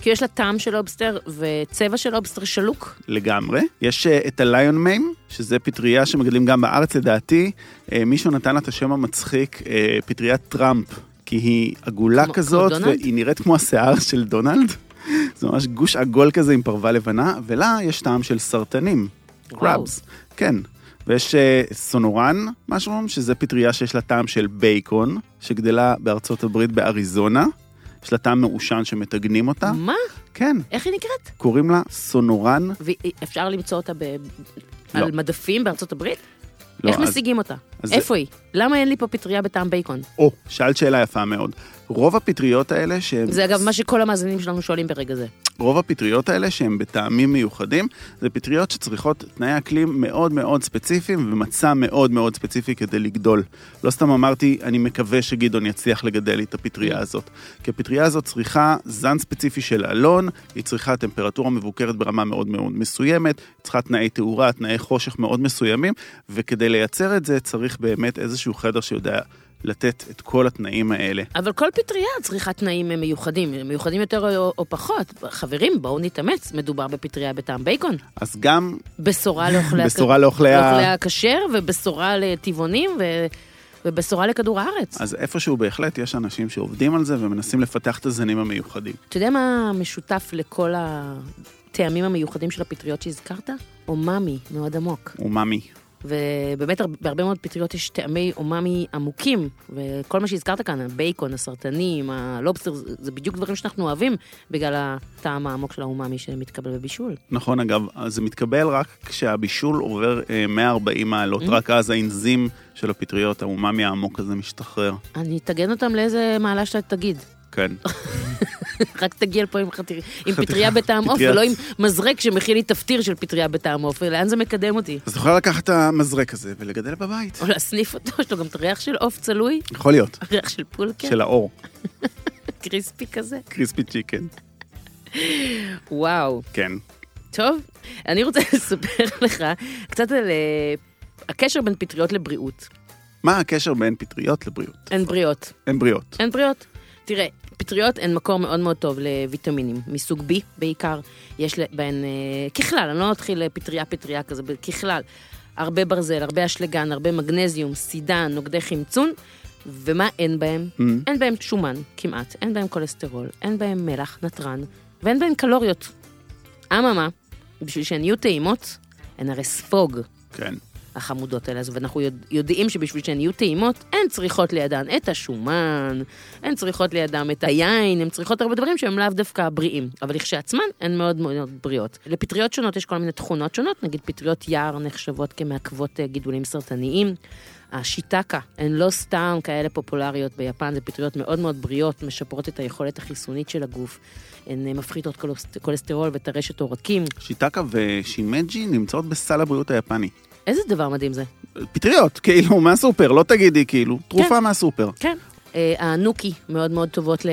S1: כי יש לה טעם של לובסטר וצבע של לובסטר שלוק.
S2: לגמרי. יש אה, את הליון מיים, שזה פטריה שמגדלים גם בארץ, לדעתי. אה, מישהו נתן לה את השם המצחיק, אה, פטריית טראמפ, כי היא עגולה
S1: כמו- כמו
S2: כזאת,
S1: דונלד?
S2: והיא נראית כמו השיער של דונלד. זה ממש גוש עגול כזה עם פרווה לבנה, ולה יש טעם של סרטנים.
S1: וואו.
S2: קראבס. כן. ויש אה, סונורן, משהו, שזה פטריה שיש לה טעם של בייקון, שגדלה בארצות הברית באריזונה. יש לה טעם מעושן שמטגנים אותה.
S1: מה?
S2: כן,
S1: איך היא נקראת?
S2: קוראים לה סונורן.
S1: ואפשר למצוא אותה ב...
S2: לא.
S1: על מדפים בארצות הברית?
S2: לא,
S1: איך
S2: אז-
S1: משיגים אותה?
S2: אז-
S1: איפה היא? למה אין לי פה פטריה בטעם בייקון?
S2: או, שאלת שאלה יפה מאוד. רוב הפטריות האלה שהן...
S1: זה אגב מה שכל המאזינים שלנו שואלים ברגע זה.
S2: רוב הפטריות האלה שהן בטעמים מיוחדים, זה פטריות שצריכות תנאי אקלים מאוד מאוד ספציפיים ומצע מאוד מאוד ספציפי כדי לגדול. לא סתם אמרתי, אני מקווה שגדעון יצליח לגדל לי את הפטריה הזאת. כי הפטריה הזאת צריכה זן ספציפי של אלון, היא צריכה טמפרטורה מבוקרת ברמה מאוד מאוד מסוימת, היא צריכה תנאי תאורה, תנאי חושך מאוד מסוימים, וכדי לייצר את זה צריך באמת איזשהו חדר שיודע לתת את כל התנאים האלה.
S1: אבל כל פטריה צריכה תנאים מיוחדים, מיוחדים יותר או, או פחות. חברים, בואו נתאמץ, מדובר בפטריה בטעם בייקון.
S2: אז גם
S1: בשורה לאוכלי...
S2: בשורה לאוכלי ה-
S1: לאוכלי הכשר, ובשורה לטבעונים, ו... ובשורה לכדור הארץ.
S2: אז איפשהו בהחלט יש אנשים שעובדים על זה ומנסים לפתח את הזנים המיוחדים.
S1: אתה יודע מה משותף לכל הטעמים המיוחדים של הפטריות שהזכרת? אומאמי מאוד עמוק.
S2: אומאמי.
S1: ובאמת, הר- בהרבה מאוד פטריות יש טעמי אומאמי עמוקים, וכל מה שהזכרת כאן, הבייקון, הסרטנים, הלובסטר, זה זה בדיוק דברים שאנחנו אוהבים בגלל הטעם העמוק של האומאמי שמתקבל בבישול.
S2: נכון, אגב, אז זה מתקבל רק כשהבישול עובר אה, 140 מעלות, רק אז האנזים של הפטריות, האומאמי העמוק הזה משתחרר.
S1: אני אטגן אותם לאיזה מעלה שאתה תגיד.
S2: כן.
S1: רק תגיע לפה עם, חטיר, עם פטריה בטעם עוף,
S2: פטריית.
S1: ולא עם מזרק שמכיל לי תפטיר של פטריה בטעם עוף, לאן זה מקדם אותי?
S2: אז את יכולה לקחת את המזרק הזה ולגדל בבית.
S1: או להסניף אותו, יש לו גם את הריח של עוף צלוי,
S2: יכול להיות.
S1: ריח של פולקה,
S2: של האור,
S1: קריספי כזה.
S2: קריספי צ'יקן.
S1: וואו.
S2: כן.
S1: טוב, אני רוצה לספר לך קצת על אה, הקשר בין פטריות לבריאות.
S2: מה הקשר בין פטריות לבריאות?
S1: הן בריאות.
S2: הן בריאות.
S1: הן בריאות. תראה, פטריות הן מקור מאוד מאוד טוב לוויטמינים, מסוג B בעיקר. יש לה- בהן, אה, ככלל, אני לא אתחיל אה, פטריה-פטריה כזה, ב- ככלל, הרבה ברזל, הרבה אשלגן, הרבה מגנזיום, סידן, נוגדי חמצון, ומה אין בהם?
S2: Mm.
S1: אין בהם שומן, כמעט, אין בהם כולסטרול, אין בהם מלח, נתרן, ואין בהם קלוריות. אממה, בשביל שהן יהיו טעימות, הן הרי ספוג.
S2: כן.
S1: החמודות האלה, אז- ואנחנו יודע, יודעים שבשביל שהן יהיו טעימות, הן צריכות לידן את השומן, הן צריכות לידם את היין, הן צריכות הרבה דברים שהם לאו דווקא בריאים, אבל לכשעצמן הן מאוד מאוד בריאות. לפטריות שונות יש כל מיני תכונות שונות, נגיד פטריות יער נחשבות כמעכבות אה, גידולים סרטניים. השיטקה, הן לא סתם כאלה פופולריות ביפן, זה פטריות מאוד מאוד בריאות, משפרות את היכולת החיסונית של הגוף, הן אה, מפחיתות קולסט- כולסטרול וטרשת עורקים.
S2: שיטקה ושימג'י נמצאות בסל הבריאות היפני.
S1: איזה דבר מדהים זה.
S2: פטריות, כאילו, מהסופר, לא תגידי, כאילו, תרופה מהסופר.
S1: כן. אה, הנוקי מאוד מאוד טובות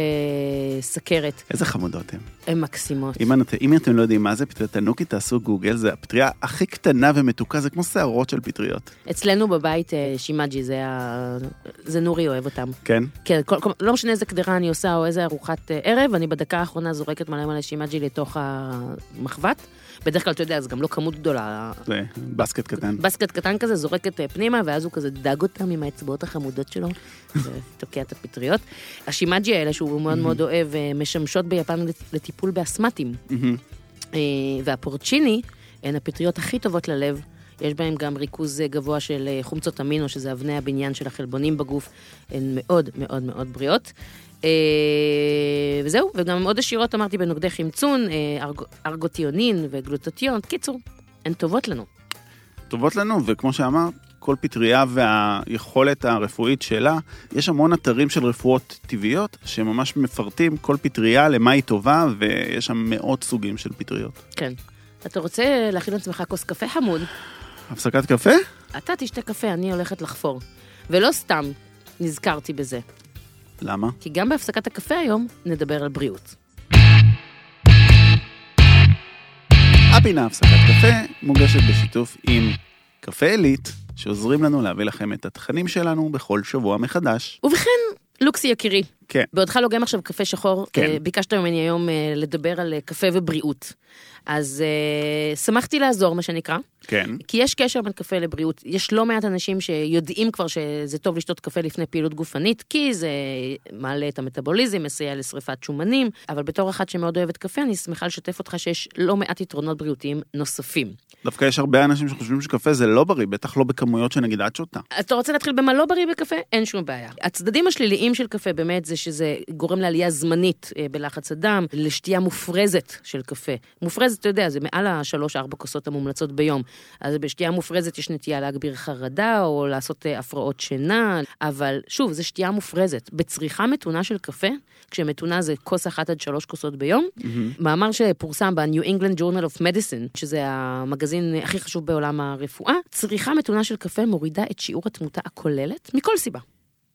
S1: לסכרת,
S2: איזה חמודות הן.
S1: הן מקסימות.
S2: אם, אנ- אם אתם לא יודעים מה זה פטריית הנוקי, תעשו גוגל, זה הפטריה הכי קטנה ומתוקה, זה כמו שערות של פטריות.
S1: אצלנו בבית אה, שימאג'י, זה, ה... זה נורי אוהב אותם.
S2: כן?
S1: כן, כל, כל, לא משנה איזה קדרה אני עושה או איזה ארוחת אה, ערב, אני בדקה האחרונה זורקת מלא מלא שימאג'י לתוך המחבת. בדרך כלל, אתה יודע, זה גם לא כמות גדולה.
S2: זה בסקט קטן.
S1: בסקט קטן כזה, זורקת אה, פנימה, ואז הוא כזה דג אותם עם האצבעות החמודות שלו, ותוקע את הפטריות. השימאג'י האלה, שהוא מאוד מאוד אוהב, אה, משמשות ביפן לט- לטיפול באסמטים.
S2: מהמם.
S1: אה, והפורצ'יני הן הפטריות הכי טובות ללב. יש בהן גם ריכוז אה, גבוה של אה, חומצות אמינו, שזה אבני הבניין של החלבונים בגוף. הן מאוד מאוד מאוד בריאות. אה, וזהו, וגם מאוד עשירות, אמרתי, בנוגדי חמצון, אה, ארג, ארגוטיונין וגלוטטיון. קיצור, הן טובות לנו.
S2: טובות לנו, וכמו שאמרת, כל פטריה והיכולת הרפואית שלה, יש המון אתרים של רפואות טבעיות, שממש מפרטים כל פטריה למה היא טובה, ויש שם מאות סוגים של פטריות.
S1: כן. אתה רוצה להכין לעצמך כוס קפה חמוד?
S2: הפסקת קפה?
S1: אתה תשתה קפה, אני הולכת לחפור. ולא סתם נזכרתי בזה,
S2: למה?
S1: כי גם בהפסקת הקפה היום נדבר על בריאות.
S2: הפינה הפסקת קפה מוגשת בשיתוף עם קפה עילית, שעוזרים לנו להביא לכם את התכנים שלנו בכל שבוע מחדש.
S1: ובכן, לוקסי יקירי,
S2: כן.
S1: בעודך לוגם עכשיו קפה שחור,
S2: כן.
S1: אה, ביקשת ממני היום אה, לדבר על אה, קפה ובריאות. אז אה, שמחתי לעזור, מה שנקרא,
S2: כן.
S1: כי יש קשר בין קפה לבריאות. יש לא מעט אנשים שיודעים כבר שזה טוב לשתות קפה לפני פעילות גופנית, כי זה מעלה את המטאבוליזם, מסייע לשריפת שומנים, אבל בתור אחת שמאוד אוהבת קפה, אני שמחה לשתף אותך שיש לא מעט יתרונות בריאותיים נוספים.
S2: דווקא יש הרבה אנשים שחושבים שקפה זה לא בריא, בטח לא בכמויות שנגיד את שותה.
S1: אתה רוצה להתחיל במה לא בריא בקפה? אין שום בעיה. הצדדים השליליים של קפה באמת זה שזה גורם לעלייה זמנית אה, בלחץ הדם, לשתייה מופרזת של קפה. מופרזת, אתה יודע, זה מעל השלוש-ארבע כוסות המומלצות ביום. אז בשתייה מופרזת יש נטייה להגביר חרדה או לעשות אה, הפרעות שינה, אבל שוב, זו שתייה מופרזת. בצריכה מתונה של קפה, כשמתונה זה כוס אחת עד שלוש כוסות ביום, מאמר שפורסם ב-New England Journal of Medicine, שזה המגזין הכי חשוב בעולם הרפואה, צריכה מתונה של קפה מורידה את שיעור התמותה הכוללת, מכל סיבה,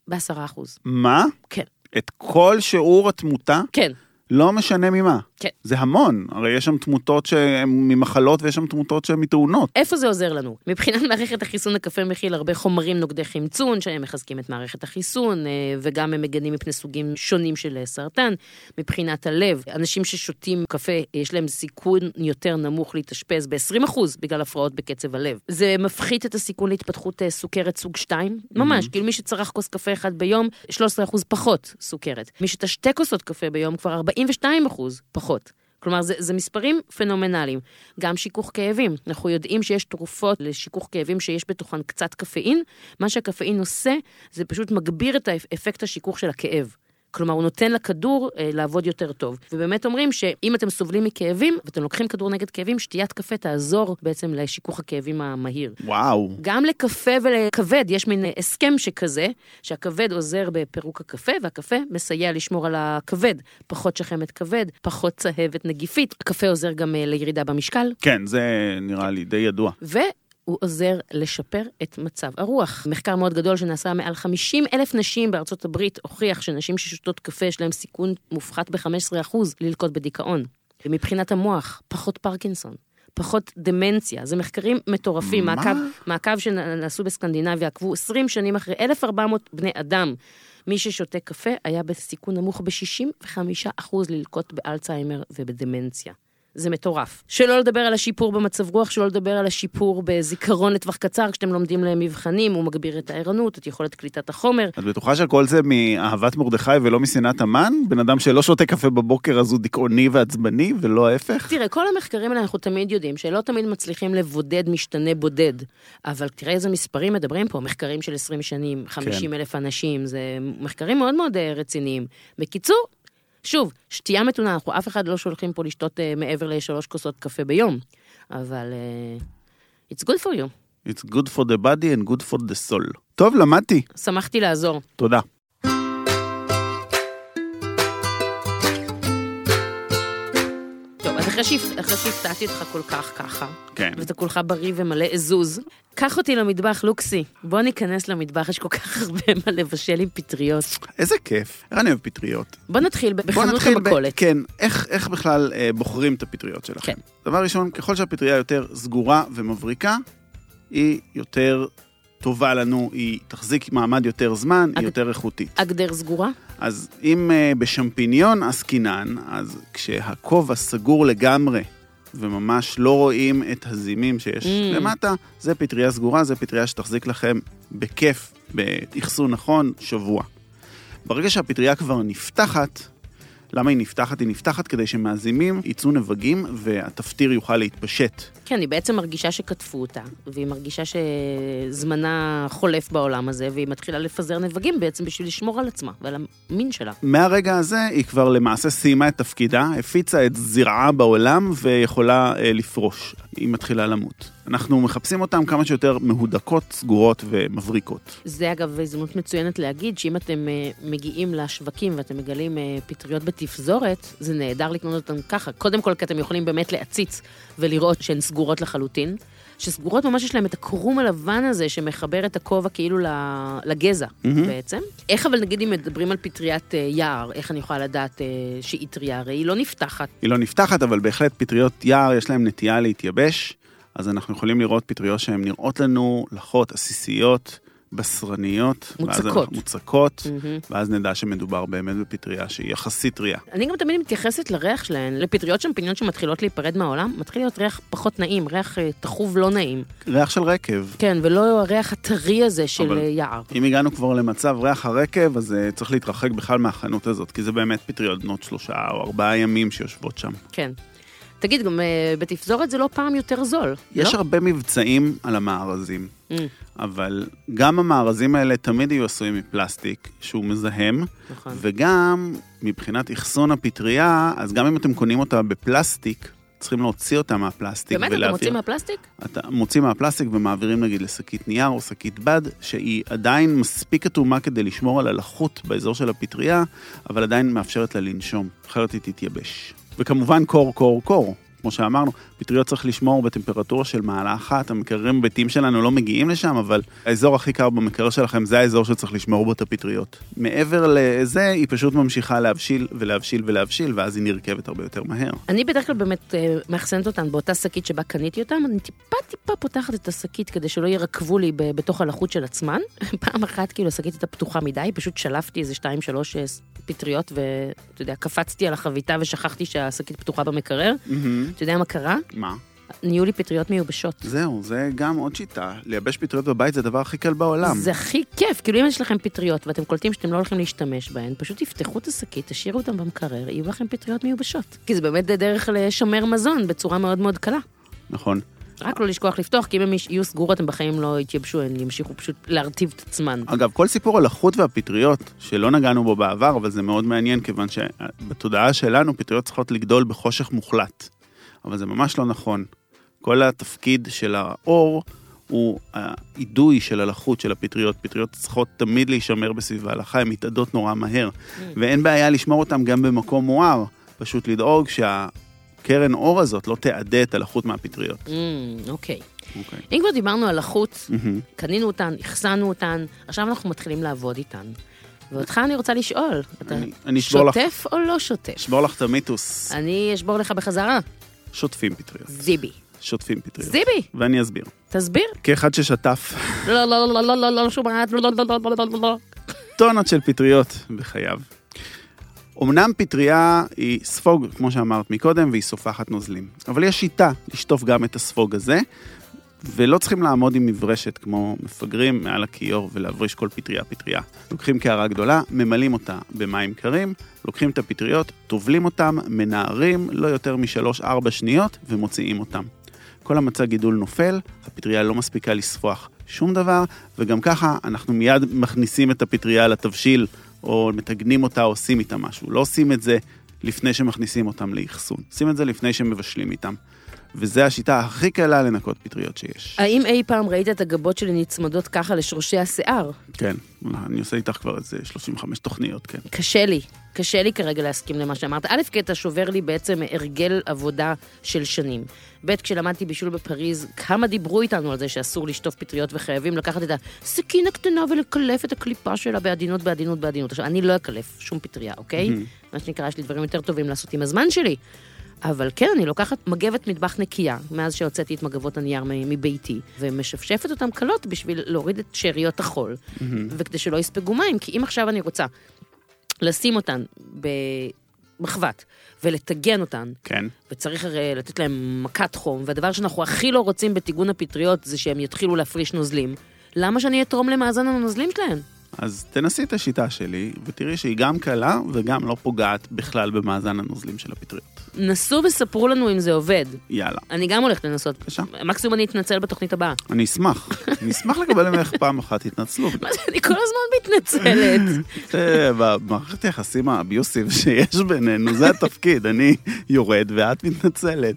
S1: בעשרה אחוז.
S2: מה?
S1: כן.
S2: את כל שיעור התמותה?
S1: כן,
S2: לא משנה ממה.
S1: כן.
S2: זה המון, הרי יש שם תמותות שהן ממחלות ויש שם תמותות שהן מתאונות.
S1: איפה זה עוזר לנו? מבחינת מערכת החיסון, הקפה מכיל הרבה חומרים נוגדי חמצון, שהם מחזקים את מערכת החיסון, אה, וגם הם מגנים מפני סוגים שונים של אה, סרטן. מבחינת הלב, אנשים ששותים קפה, יש להם סיכון יותר נמוך להתאשפז ב-20% בגלל הפרעות בקצב הלב. זה מפחית את הסיכון להתפתחות אה, סוכרת סוג 2, ממש, כאילו מי שצרך כוס קפה אחד ביום, 13% פחות סוכרת. מי שתה שתי כוסות קפה ביום, כבר 42% פחות. כלומר, זה, זה מספרים פנומנליים. גם שיכוך כאבים. אנחנו יודעים שיש תרופות לשיכוך כאבים שיש בתוכן קצת קפאין. מה שהקפאין עושה, זה פשוט מגביר את האפ- אפקט השיכוך של הכאב. כלומר, הוא נותן לכדור אה, לעבוד יותר טוב. ובאמת אומרים שאם אתם סובלים מכאבים, ואתם לוקחים כדור נגד כאבים, שתיית קפה תעזור בעצם לשיכוך הכאבים המהיר.
S2: וואו.
S1: גם לקפה ולכבד יש מין הסכם שכזה, שהכבד עוזר בפירוק הקפה, והקפה מסייע לשמור על הכבד. פחות שחמת כבד, פחות צהבת נגיפית. הקפה עוזר גם אה, לירידה במשקל,
S2: כן, זה נראה לי די ידוע.
S1: והוא עוזר לשפר את מצב הרוח. מחקר מאוד גדול שנעשה מעל 50 אלף נשים בארצות הברית הוכיח שנשים ששותות קפה יש להן סיכון מופחת ב-15% ללקות בדיכאון. ומבחינת המוח, פחות פרקינסון. פחות דמנציה, זה מחקרים מטורפים.
S2: מה?
S1: מעקב, מעקב שנעשו בסקנדינביה, עקבו 20 שנים אחרי 1,400 בני אדם. מי ששותה קפה היה בסיכון נמוך ב-65% ללקות באלצהיימר ובדמנציה. זה מטורף. שלא לדבר על השיפור במצב רוח, שלא לדבר על השיפור בזיכרון לטווח קצר, כשאתם לומדים למבחנים, הוא מגביר את הערנות, את יכולת קליטת החומר.
S2: את בטוחה שהכל זה מאהבת מרדכי ולא משנאת המן? בן אדם שלא שותה קפה בבוקר אז הוא דיכאוני ועצבני ולא ההפך?
S1: תראה, כל המחקרים האלה אנחנו תמיד יודעים, שלא תמיד מצליחים לבודד משתנה בודד, אבל תראה איזה מספרים מדברים פה, מחקרים של 20 שנים, 50 אלף אנשים, זה מחקרים מאוד מאוד אה, רציניים. בקיצור, שוב, שתייה מתונה, אנחנו אף אחד לא שולחים פה לשתות אה, מעבר לשלוש כוסות קפה ביום, אבל אה, it's good for you.
S2: It's good for the body and good for the soul. טוב, למדתי.
S1: שמחתי לעזור.
S2: תודה.
S1: טוב, אז אחרי שהפ- אחרי שהפתעתי אותך כל כך ככה,
S2: כן.
S1: ואתה כולך בריא ומלא עזוז, קח אותי למטבח, לוקסי. בוא ניכנס למטבח, יש כל כך הרבה מה לבשל עם פטריות.
S2: איזה כיף. אני אוהב פטריות.
S1: בוא נתחיל ב-
S2: בוא
S1: בחנות
S2: נתחיל ב-
S1: המכולת.
S2: כן, איך, איך בכלל אה, בוחרים את הפטריות שלכם?
S1: כן.
S2: דבר ראשון, ככל שהפטריה יותר סגורה ומבריקה, היא יותר טובה לנו, היא תחזיק מעמד יותר זמן,
S1: אג-
S2: היא יותר איכותית.
S1: הגדר סגורה?
S2: אז אם אה, בשמפיניון עסקינן, אז כשהכובע סגור לגמרי, וממש לא רואים את הזימים שיש
S1: Mm.
S2: mm. למטה, זה פטריה סגורה, זה פטריה שתחזיק לכם בכיף, באחסון נכון, שבוע. ברגע שהפטריה כבר נפתחת, למה היא נפתחת? היא נפתחת כדי שמהזימים יצאו נבגים והתפטיר יוכל להתפשט.
S1: כן, היא בעצם מרגישה שקטפו אותה, והיא מרגישה שזמנה חולף בעולם הזה, והיא מתחילה לפזר נבגים בעצם בשביל לשמור על עצמה ועל המין שלה.
S2: מהרגע הזה היא כבר למעשה סיימה את תפקידה, הפיצה את זרעה בעולם ויכולה אה, לפרוש. היא מתחילה למות. אנחנו מחפשים אותן כמה שיותר מהודקות, סגורות ומבריקות.
S1: זה אגב הזדמנות מצוינת להגיד שאם אתם אה, מגיעים לשווקים ואתם מגלים אה, פטריות בתפזורת, זה נהדר לקנות אותן ככה. קודם כל, כי אתם יכולים באמת להציץ ולראות שהן סגורות לחלוטין. שסגורות ממש יש להן את הקרום הלבן הזה שמחבר את הכובע כאילו ל- לגזע mm-hmm. בעצם. איך אבל נגיד אם מדברים על פטריית אה, יער, איך אני יכולה לדעת אה, שהיא טריה? הרי היא לא נפתחת.
S2: היא לא נפתחת, אבל בהחלט פטריות יער, יש להן נטייה להתייבש, אז אנחנו יכולים לראות פטריות שהן נראות לנו לחות, עסיסיות, בשרניות. ואז
S1: מוצקות.
S2: אנחנו- מוצקות,
S1: מהמם.
S2: ואז נדע שמדובר באמת בפטריה שהיא יחסית טריה.
S1: אני גם תמיד מתייחסת לריח שלהן, לפטריות שמפניות שמתחילות להיפרד מהעולם, מתחיל להיות ריח פחות נעים, ריח אה, תחוב לא נעים.
S2: ריח של רקב.
S1: כן, ולא הריח הטרי הזה של
S2: אבל-
S1: אה, יער.
S2: אם הגענו כבר למצב ריח הרקב, אז אה, צריך להתרחק בכלל מהחנות הזאת, כי זה באמת פטריות בנות שלושה או ארבעה ימים שיושבות שם.
S1: כן. תגיד, גם אה, בתפזורת זה לא פעם יותר זול,
S2: יש
S1: לא?
S2: הרבה מבצעים על המארזים,
S1: Mm,
S2: אבל גם המארזים האלה תמיד יהיו עשויים מפלסטיק, שהוא מזהם,
S1: נכון.
S2: וגם מבחינת אחסון הפטריה, אז גם אם אתם קונים אותה בפלסטיק, צריכים להוציא אותה מהפלסטיק
S1: באמת, אתם
S2: ולהעביר-
S1: מוצאים מהפלסטיק?
S2: אתה מוציא מהפלסטיק ומעבירים נגיד לשקית נייר או שקית בד, שהיא עדיין מספיק אטומה כדי לשמור על הלחות באזור של הפטריה, אבל עדיין מאפשרת לה לנשום, אחרת היא תתייבש. וכמובן קור, קור, קור. כמו שאמרנו, פטריות צריך לשמור בטמפרטורה של מעלה אחת, המקררים הביתיים שלנו לא מגיעים לשם, אבל האזור הכי קר במקרר שלכם זה האזור שצריך לשמור בו את הפטריות. מעבר לזה, היא פשוט ממשיכה להבשיל ולהבשיל ולהבשיל, ואז היא נרכבת הרבה יותר מהר.
S1: אני בדרך כלל באמת אה, מאחסנת אותן באותה שקית שבה קניתי אותן, אני טיפה טיפה פותחת את השקית כדי שלא ירקבו לי ב- בתוך הלחות של עצמן. פעם אחת כאילו השקית הייתה פתוחה מדי, פשוט שלפתי איזה שתיים שלוש אה, פטריות ואתה יודע, קפצתי על החביתה ושכחתי שהשקית פתוחה במקרר. אתה יודע מה קרה?
S2: מה?
S1: נהיו לי פטריות מיובשות.
S2: זהו, זה גם עוד שיטה. לייבש פטריות בבית זה הדבר הכי קל בעולם.
S1: זה הכי כיף, כאילו אם יש לכם פטריות ואתם קולטים שאתם לא הולכים להשתמש בהן, פשוט תפתחו את השקית, תשאירו אותן במקרר, יהיו לכם פטריות מיובשות. כי זה באמת דרך לשמר מזון בצורה מאוד מאוד קלה.
S2: נכון.
S1: רק לא לשכוח לפתוח, כי אם הן יהיו סגורות, הן בחיים לא יתייבשו, הן ימשיכו פשוט להרטיב את עצמן.
S2: אגב, כל סיפור הלחות והפטריות, שלא נגענו בו בעבר, אבל זה מאוד מעניין, כיוון שבתודעה שלנו פטריות צריכות לגדול בחושך מוחלט. אבל זה ממש לא נכון. כל התפקיד של האור הוא האידוי של הלחות של הפטריות. פטריות צריכות תמיד להישמר בסביבה הלכה, הן מתאדות נורא מהר. ואין בעיה לשמור אותן גם במקום מואר, פשוט לדאוג שהקרן אור הזאת לא תעדה את הלחות מהפטריות.
S1: Mm, אוקיי.
S2: אוקיי.
S1: אם כבר דיברנו על החוץ,
S2: מהמם.
S1: קנינו אותן, אחסנו אותן, עכשיו אנחנו מתחילים לעבוד איתן. ואותך אני רוצה לשאול, אתה
S2: אני- אני אשבור לך,
S1: כן. שוטף אה. או לא שוטף?
S2: אשבור לך את המיתוס.
S1: אני אשבור לך בחזרה.
S2: שוטפים פטריות.
S1: זיבי.
S2: שוטפים פטריות.
S1: זיבי,
S2: ואני אסביר.
S1: תסביר.
S2: כאחד ששטף
S1: לא, לא, לא, לא, לא, לא, לא, לא, שומעת, לא, לא, לא, לא, לא, לא, לא.
S2: טונות של פטריות בחייו. אמנם פטריה היא ספוג, כמו שאמרת מקודם, והיא סופחת נוזלים. אבל יש שיטה לשטוף גם את הספוג הזה, ולא צריכים לעמוד עם מברשת כמו מפגרים מעל הכיור ולהבריש כל פטריה פטריה. לוקחים קערה גדולה, ממלאים אותה במים קרים, לוקחים את הפטריות, טובלים אותם, מנערים לא יותר משלוש-ארבע שניות ומוציאים אותם. כל המצע גידול נופל, הפטריה לא מספיקה לספוח שום דבר, וגם ככה אנחנו מיד מכניסים את הפטריה לתבשיל, או מתגנים אותה, או עושים איתה משהו. לא עושים את זה לפני שמכניסים אותם לאחסון, עושים את זה לפני שמבשלים איתם. וזו השיטה הכי קלה לנקות פטריות שיש.
S1: האם אי פעם ראית את הגבות שלי נצמדות ככה לשורשי השיער?
S2: כן, אני עושה איתך כבר איזה 35 תוכניות, כן.
S1: קשה לי, קשה לי כרגע להסכים למה שאמרת. א', כי אתה שובר לי בעצם הרגל עבודה של שנים. ב', כשלמדתי בישול בפריז, כמה דיברו איתנו על זה שאסור לשטוף פטריות וחייבים לקחת את הסכין הקטנה ולקלף את הקליפה שלה בעדינות, בעדינות, בעדינות. עכשיו, אני לא אקלף שום פטריה, אוקיי? מה שנקרא, יש לי דברים יותר טובים לעשות עם הזמן שלי. אבל כן, אני לוקחת מגבת מטבח נקייה, מאז שהוצאתי את מגבות הנייר מ- מביתי, ומשפשפת אותן קלות בשביל להוריד את שאריות החול, וכדי שלא יספגו מים, כי אם עכשיו אני רוצה לשים אותן במחבת ולטגן אותן,
S2: כן.
S1: וצריך הרי לתת להן מכת חום, והדבר שאנחנו הכי לא רוצים בטיגון הפטריות זה שהם יתחילו להפריש נוזלים. למה שאני אתרום למאזן הנוזלים שלהן?
S2: אז תנסי את השיטה שלי, ותראי שהיא גם קלה וגם לא פוגעת בכלל במאזן הנוזלים של הפטריות.
S1: נסו וספרו לנו אם זה עובד.
S2: יאללה.
S1: אני גם הולכת לנסות.
S2: בבקשה.
S1: מקסימום אני אתנצל בתוכנית הבאה.
S2: אני אשמח, אני אשמח לקבל ממך פעם אחת התנצלות.
S1: מה זה, אני כל הזמן מתנצלת.
S2: זה אה, במערכת היחסים האביוסיב שיש בינינו, זה התפקיד, אני יורד ואת מתנצלת.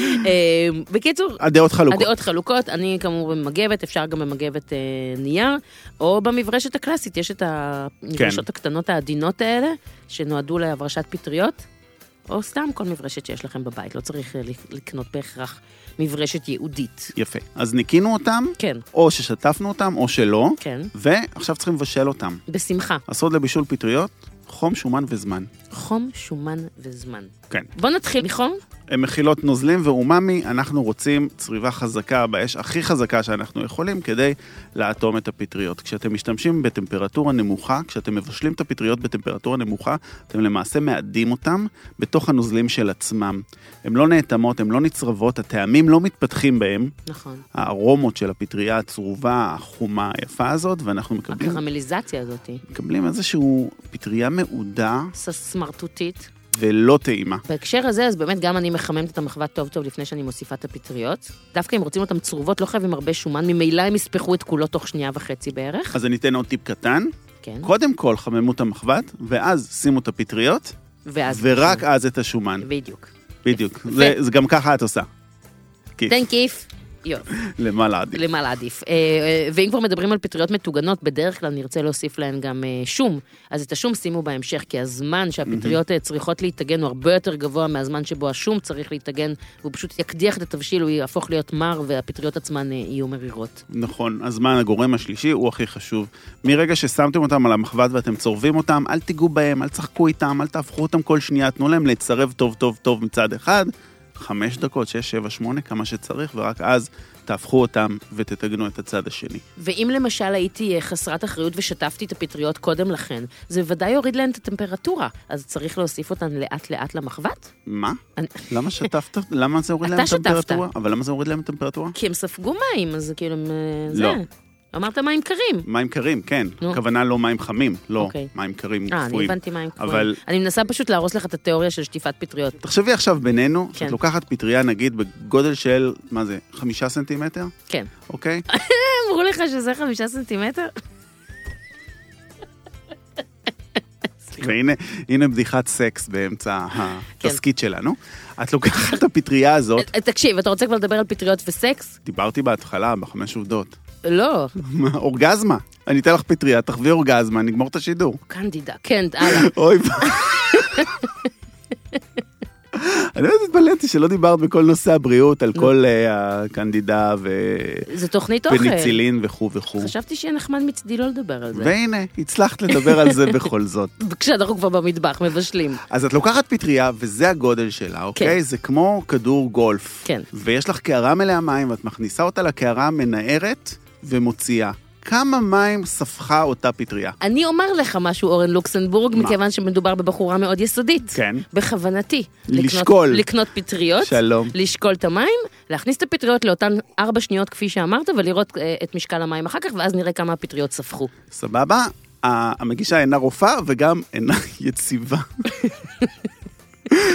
S1: אה, בקיצור,
S2: הדעות חלוקות.
S1: הדעות חלוקות, אני כאמור במגבת, אפשר גם במגבת אה, נייר, או במברשת הקלאסית, יש את המברשות הקטנות העדינות האלה, שנועדו להברשת פטריות, או סתם כל מברשת שיש לכם בבית, לא צריך אה, לק- לקנות בהכרח מברשת ייעודית.
S2: יפה. אז ניקינו אותם,
S1: כן,
S2: או ששטפנו אותם או שלא,
S1: כן,
S2: ועכשיו צריכים לבשל אותם.
S1: בשמחה.
S2: הסוד לבישול פטריות, חום, שומן וזמן.
S1: חום, שומן וזמן.
S2: כן.
S1: בוא נתחיל נכון? מחום,
S2: הן מכילות נוזלים ואומאמי, אנחנו רוצים צריבה חזקה באש הכי חזקה שאנחנו יכולים כדי לאטום את הפטריות. כשאתם משתמשים בטמפרטורה נמוכה, כשאתם מבשלים את הפטריות בטמפרטורה נמוכה, אתם למעשה מאדים אותם בתוך הנוזלים של עצמם. הן לא נאטמות, הן לא נצרבות, הטעמים לא מתפתחים בהם,
S1: נכון.
S2: הארומות של הפטריה הצרובה, החומה, היפה הזאת, ואנחנו מקבלים,
S1: אוקיי. הקרמליזציה הזאת,
S2: מקבלים איזשהו פטריה מעודה
S1: סמרטוטית.
S2: ולא טעימה.
S1: בהקשר הזה, אז באמת גם אני מחממת את המחווה טוב טוב לפני שאני מוסיפה את הפטריות. דווקא אם רוצים אותן צרובות, לא חייבים הרבה שומן, ממילא הם יספחו את כולו תוך שנייה וחצי בערך.
S2: אז אני אתן עוד טיפ קטן.
S1: כן.
S2: קודם כל חממו את המחבת, ואז שימו את הפטריות,
S1: ואז...
S2: ורק אז את השומן.
S1: בדיוק.
S2: בדיוק. זה- זה גם ככה את עושה. כיף.
S1: תן כיף. יופי.
S2: למעלה עדיף.
S1: למה להעדיף. אה, אה, ואם כבר מדברים על פטריות מטוגנות, בדרך כלל נרצה להוסיף להן גם אה, שום. אז את השום שימו בהמשך, כי הזמן שהפטריות אה, צריכות להיטגן הוא הרבה יותר גבוה מהזמן שבו השום צריך להיטגן, והוא פשוט יקדיח את התבשיל, הוא יהפוך להיות מר, והפטריות עצמן אה, יהיו מרירות.
S2: נכון, הזמן, הגורם השלישי, הוא הכי חשוב. מרגע ששמתם אותם על המחבת ואתם צורבים אותם, אל תיגעו בהם, אל תשחקו איתם, אל תהפכו אותם כל שנייה, תנו להם להצטרב טוב טוב טוב מצד אחד, חמש דקות, שש, שבע, שמונה, כמה שצריך, ורק אז תהפכו אותם ותתגנו את הצד השני.
S1: ואם למשל הייתי אה, חסרת אחריות ושטפתי את הפטריות קודם לכן, זה ודאי יוריד להן את הטמפרטורה, אז צריך להוסיף אותן לאט-לאט למחבת?
S2: מה?
S1: אני-
S2: למה שטפת? למה זה הוריד
S1: אתה
S2: להם
S1: שטפת.
S2: טמפרטורה? אבל למה זה הוריד להם טמפרטורה?
S1: כי הם ספגו מים, אז כאילו הם... אה,
S2: לא.
S1: זה. אמרת מים קרים.
S2: מים קרים, כן.
S1: נו.
S2: הכוונה לא מים חמים, לא
S1: אוקיי.
S2: מים קרים
S1: אה, אני
S2: קפואים.
S1: הבנתי מה הם קוראים.
S2: אבל-
S1: אני מנסה פשוט להרוס לך את התיאוריה של שטיפת פטריות.
S2: תחשבי עכשיו בינינו,
S1: כן.
S2: שאת לוקחת פטריה נגיד בגודל של, מה זה, חמישה סנטימטר,
S1: כן.
S2: אוקיי?
S1: אמרו לך שזה חמישה סנטימטר?
S2: והנה הנה בדיחת סקס באמצע התסקית
S1: כן.
S2: שלנו. את לוקחת את הפטריה הזאת,
S1: אה, תקשיב, אתה רוצה כבר לדבר על פטריות וסקס?
S2: דיברתי בהתחלה בחמש עובדות.
S1: לא.
S2: מה, אורגזמה. אני אתן לך פטריה, תחווי אורגזמה, נגמור את השידור.
S1: קנדידה. כן, הלאה.
S2: אוי ואבוי. אני באמת התפלאתי שלא דיברת בכל נושא הבריאות,
S1: לא.
S2: על כל אה, הקנדידה ו-
S1: זו תוכנית אוכל.
S2: פניצילין וכו' וכו'.
S1: חשבתי שיהיה נחמד מצדי לא לדבר על זה.
S2: והנה, הצלחת לדבר על זה בכל זאת.
S1: כשאנחנו כבר במטבח, מבשלים.
S2: אז את לוקחת פטריה, וזה הגודל שלה, אוקיי? זה כמו כדור גולף.
S1: כן.
S2: ויש לך קערה מלאה מים, ואת מכניסה אותה לקערה המנערת ומוציאה. כמה מים ספחה אותה פטריה?
S1: אני אומר לך משהו, אורן לוקסנבורג,
S2: מה?
S1: מכיוון שמדובר בבחורה מאוד יסודית.
S2: כן.
S1: בכוונתי.
S2: לשקול.
S1: לקנות, לקנות פטריות.
S2: שלום.
S1: לשקול את המים, להכניס את הפטריות לאותן ארבע שניות, כפי שאמרת, ולראות אה, את משקל המים אחר כך, ואז נראה כמה הפטריות ספחו.
S2: סבבה? ה- המגישה אינה רופאה וגם אינה יציבה.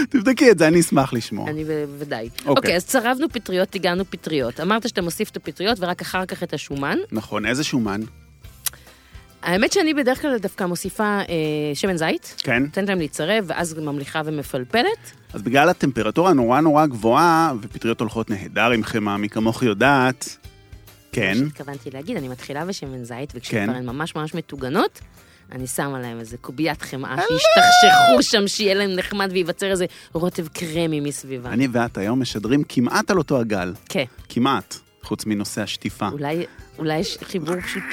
S2: תבדקי את זה, אני אשמח לשמוע.
S1: אני בוודאי.
S2: אוקיי.
S1: אוקיי, אז צרבנו פטריות, טיגנו פטריות. אמרת שאתה מוסיף את הפטריות ורק אחר כך את השומן.
S2: נכון, איזה שומן?
S1: האמת שאני בדרך כלל דווקא מוסיפה אה, שמן זית.
S2: כן.
S1: נותנת להם להיצרב, ואז ממליכה ומפלפלת.
S2: אז בגלל הטמפרטורה הנורא נורא גבוהה, ופטריות הולכות נהדר עם חמאה, מי כמוך יודעת. כן.
S1: מה שהתכוונתי להגיד, אני מתחילה בשמן זית, וכשכבר
S2: כן.
S1: הן ממש ממש מטוגנות, אני שמה להם איזה קוביית חמאה, שישתכשכו שם, שיהיה להם נחמד וייווצר איזה רוטב קרמי מסביבם.
S2: אני ואת היום משדרים כמעט על אותו הגל.
S1: כן,
S2: כמעט, חוץ מנושא השטיפה.
S1: אולי, אולי יש חיבור פשוט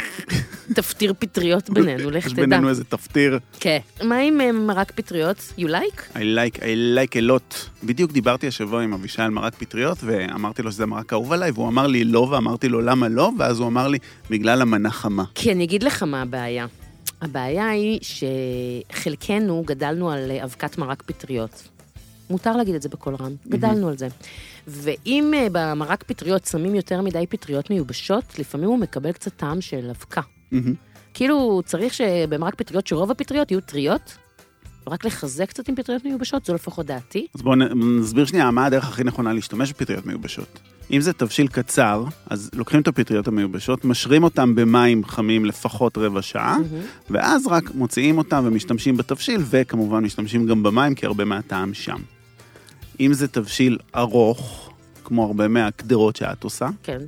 S1: תפטיר פטריות בינינו, לך
S2: יש
S1: תדע.
S2: בינינו איזה תפטיר.
S1: כן. מה עם אה, מרק פטריות? You like?
S2: I like, I like a lot. בדיוק דיברתי השבוע עם אבישי על מרק פטריות, ואמרתי לו שזה מרק אהוב עליי, והוא אמר לי לא, ואמרתי לו למה לא, ואז הוא אמר לי, בגלל המנה חמה.
S1: כי אני אגיד לך מה הבעיה. הבעיה היא שחלקנו גדלנו על אה, אבקת מרק פטריות. מותר להגיד את זה בקול רם, גדלנו על זה. ואם אה, במרק פטריות שמים יותר מדי פטריות מיובשות, לפעמים הוא מקבל קצת טעם של אבקה.
S2: מהמם.
S1: כאילו, צריך שבמרק פטריות, שרוב הפטריות יהיו טריות, רק לחזק קצת עם פטריות מיובשות, זו לפחות דעתי.
S2: אז בואו נ- נסביר שנייה מה הדרך הכי נכונה להשתמש בפטריות מיובשות. אם זה תבשיל קצר, אז לוקחים את הפטריות המיובשות, משרים אותם במים חמים לפחות רבע שעה, ואז רק מוציאים אותם ומשתמשים בתבשיל, וכמובן משתמשים גם במים, כי הרבה מהטעם שם. אם זה תבשיל ארוך, כמו הרבה מהקדרות שאת עושה,
S1: כן.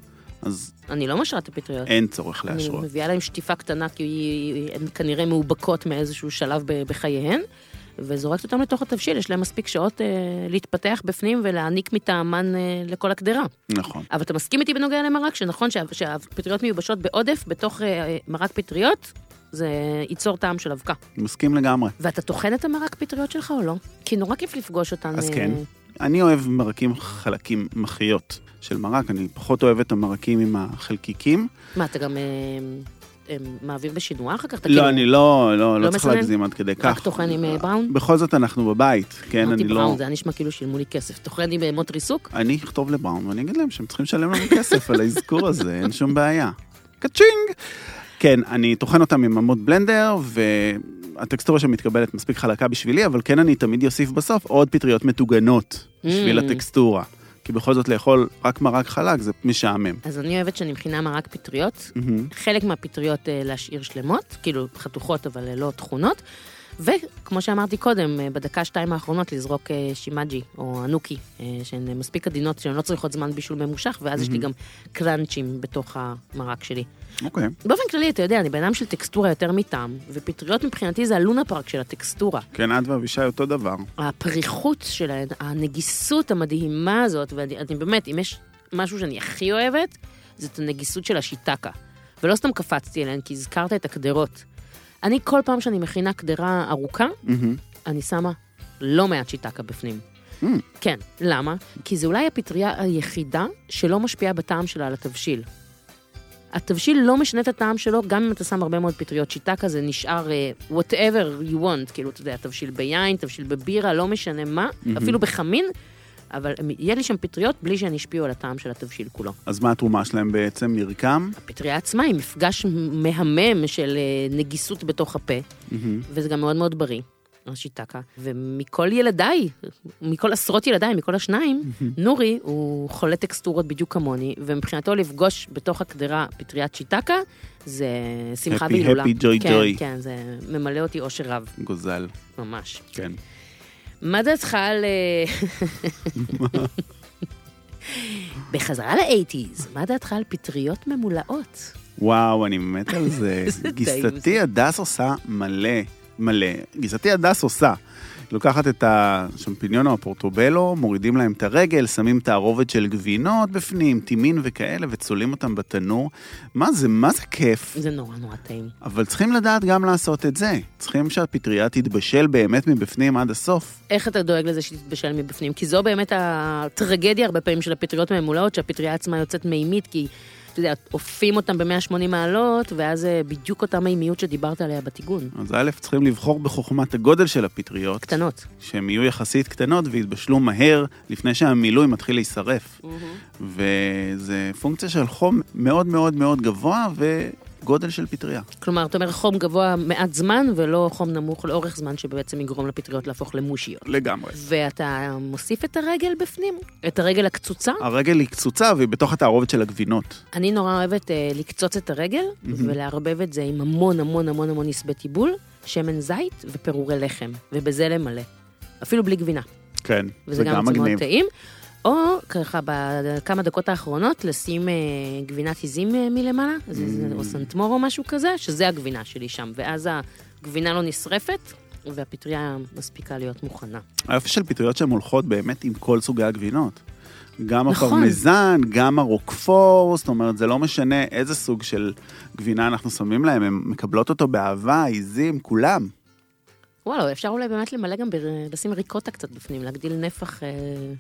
S2: אז
S1: אני לא משרה את הפטריות.
S2: אין צורך
S1: אני
S2: להשרות.
S1: מביאה להם שטיפה קטנה, כי הן כנראה מאובקות מאיזשהו שלב ב- בחייהן, וזורקת אותם לתוך התבשיל, יש להם מספיק שעות אה, להתפתח בפנים ולהעניק מטעמן אה, לכל הקדרה.
S2: נכון.
S1: אבל אתה מסכים איתי בנוגע למרק, שנכון שה- שהפטריות מיובשות בעודף, בתוך אה, אה, מרק פטריות, זה ייצור טעם של אבקה.
S2: אני מסכים לגמרי.
S1: ואתה טוחן את המרק פטריות שלך או לא? כי נורא כיף לפגוש אותן.
S2: אז
S1: אה,
S2: כן. אני אוהב מרקים חלקים מחיות של מרק, אני פחות אוהב את המרקים עם החלקיקים.
S1: מה, אתה גם אה, אה, מעביר בשינוע אחר כך? אתה כאילו-
S2: לא, אני לא, לא, לא
S1: לא
S2: צריך
S1: מסנן?
S2: להגזים עד כדי כך.
S1: רק טוחן עם אה, בראון?
S2: בכל זאת אנחנו בבית, כן,
S1: אמרתי
S2: אני לא...
S1: בראון, זה היה נשמע כאילו שילמו לי כסף. טוחן עם אה, מוט ריסוק?
S2: אני אכתוב לבראון ואני אגיד להם שהם צריכים לשלם לנו כסף על האזכור הזה, אין שום בעיה. קצ'ינג! כן, אני טוחן אותם עם עמוד בלנדר, והטקסטורה שמתקבלת מספיק חלקה בשבילי, אבל כן אני תמיד אוסיף בסוף עוד פטריות מטוגנות בשביל
S1: Mm.
S2: הטקסטורה. כי בכל זאת לאכול רק מרק חלק זה משעמם.
S1: אז אני אוהבת שאני מכינה מרק פטריות.
S2: מהמם.
S1: חלק מהפטריות אה, להשאיר שלמות, כאילו חתוכות אבל אה, לא תכונות. וכמו שאמרתי קודם, אה, בדקה-שתיים האחרונות לזרוק אה, שימאג'י או אנוקי, אה, שהן אה, מספיק עדינות, שהן לא צריכות זמן בישול ממושך, ואז יש לי גם קראנצ'ים בתוך המרק שלי.
S2: אוקיי.
S1: באופן כללי, אתה יודע, אני בן אדם של טקסטורה יותר מטעם, ופטריות מבחינתי זה הלונה פארק של הטקסטורה.
S2: כן, את ואבישי אותו דבר.
S1: הפריחות שלהן, הנגיסות המדהימה הזאת, ואני אני באמת, אם יש משהו שאני הכי אוהבת, זה את הנגיסות של השיטקה. ולא סתם קפצתי אליהן, כי הזכרת את הקדרות. אני כל פעם שאני מכינה קדרה ארוכה,
S2: מהמם.
S1: אני שמה לא מעט שיטקה בפנים.
S2: Mm.
S1: כן, למה? כי זו אולי הפטריה היחידה שלא משפיעה בטעם שלה על התבשיל. התבשיל לא משנה את הטעם שלו, גם אם אתה שם הרבה מאוד פטריות שיטקה, זה נשאר אה, whatever you want, כאילו, אתה יודע, תבשיל ביין, תבשיל בבירה, לא משנה מה,
S2: מהמם.
S1: אפילו בחמין, אבל הם- יהיה לי שם פטריות בלי שהן ישפיעו על הטעם של התבשיל כולו.
S2: אז מה התרומה שלהם בעצם? מרקם?
S1: הפטריה עצמה היא מפגש מהמם של אה, נגיסות בתוך הפה.
S2: מהמם.
S1: וזה גם מאוד מאוד בריא, השיטקה. ומכל ילדיי, מכל עשרות ילדיי, מכל השניים, נורי הוא חולה טקסטורות בדיוק כמוני, ומבחינתו לפגוש בתוך הקדרה פטריית שיטקה, זה שמחה
S2: Happy,
S1: והילולה.
S2: happy, joy,
S1: כן,
S2: joy.
S1: כן, זה ממלא אותי אושר רב,
S2: גוזל.
S1: ממש.
S2: כן.
S1: מה דעתך על... אה, בחזרה לאייטיז, מה דעתך על פטריות ממולאות?
S2: וואו, אני מת על זה.
S1: איזה
S2: גיסתי
S1: טעים
S2: הדס עושה מלא, מלא. גיסתי הדס עושה. לוקחת את השמפיניון או הפורטובלו, מורידים להם את הרגל, שמים תערובת של גבינות בפנים, טימין וכאלה, וצולים אותם בתנור. מה זה, מה זה כיף.
S1: זה נורא נורא טעים.
S2: אבל צריכים לדעת גם לעשות את זה. צריכים שהפטריה תתבשל באמת מבפנים עד הסוף.
S1: איך אתה דואג לזה שהיא תתבשל מבפנים? כי זו באמת הטרגדיה הרבה פעמים של הפטריות הממולאות, שהפטריה עצמה יוצאת מימית, כי, אתה יודע, עופים אותם ב-180 מעלות, ואז אה, בדיוק אותה מימיות שדיברת עליה בטיגון.
S2: אז א', צריכים לבחור בחוכמת הגודל של הפטריות.
S1: קטנות.
S2: שהן יהיו יחסית קטנות ויתבשלו מהר לפני שהמילוי מתחיל להישרף. וזה פונקציה של חום מאוד מאוד מאוד גבוה וגודל של פטריה.
S1: כלומר, אתה אומר חום גבוה מעט זמן, ולא חום נמוך לאורך זמן, שבעצם יגרום לפטריות להפוך למושיות.
S2: לגמרי.
S1: ואתה מוסיף את הרגל בפנים? את הרגל הקצוצה?
S2: הרגל היא קצוצה והיא בתוך התערובת של הגבינות.
S1: אני נורא אוהבת אה, לקצוץ את הרגל ולערבב את זה עם המון המון המון המון נסבי בול, שמן זית ופירורי לחם, ובזה למלא. אפילו בלי גבינה,
S2: כן,
S1: וזה גם יוצא מאוד טעים. או ככה בכמה דקות האחרונות לשים אה, גבינת עיזים אה, מלמעלה, זה- זה- או סנטמור או משהו כזה, שזה הגבינה שלי שם, ואז הגבינה לא נשרפת. והפטריה מספיקה להיות מוכנה.
S2: היופי של פטריות שהן הולכות באמת עם כל סוגי הגבינות. גם
S1: נכון.
S2: הפרמזן, גם הרוקפור, זאת אומרת, זה לא משנה איזה סוג של גבינה אנחנו שמים להם, הן מקבלות אותו באהבה, עיזים, כולם.
S1: וואלה, אפשר אולי באמת למלא גם, ב- לשים ריקוטה קצת בפנים, להגדיל נפח אה,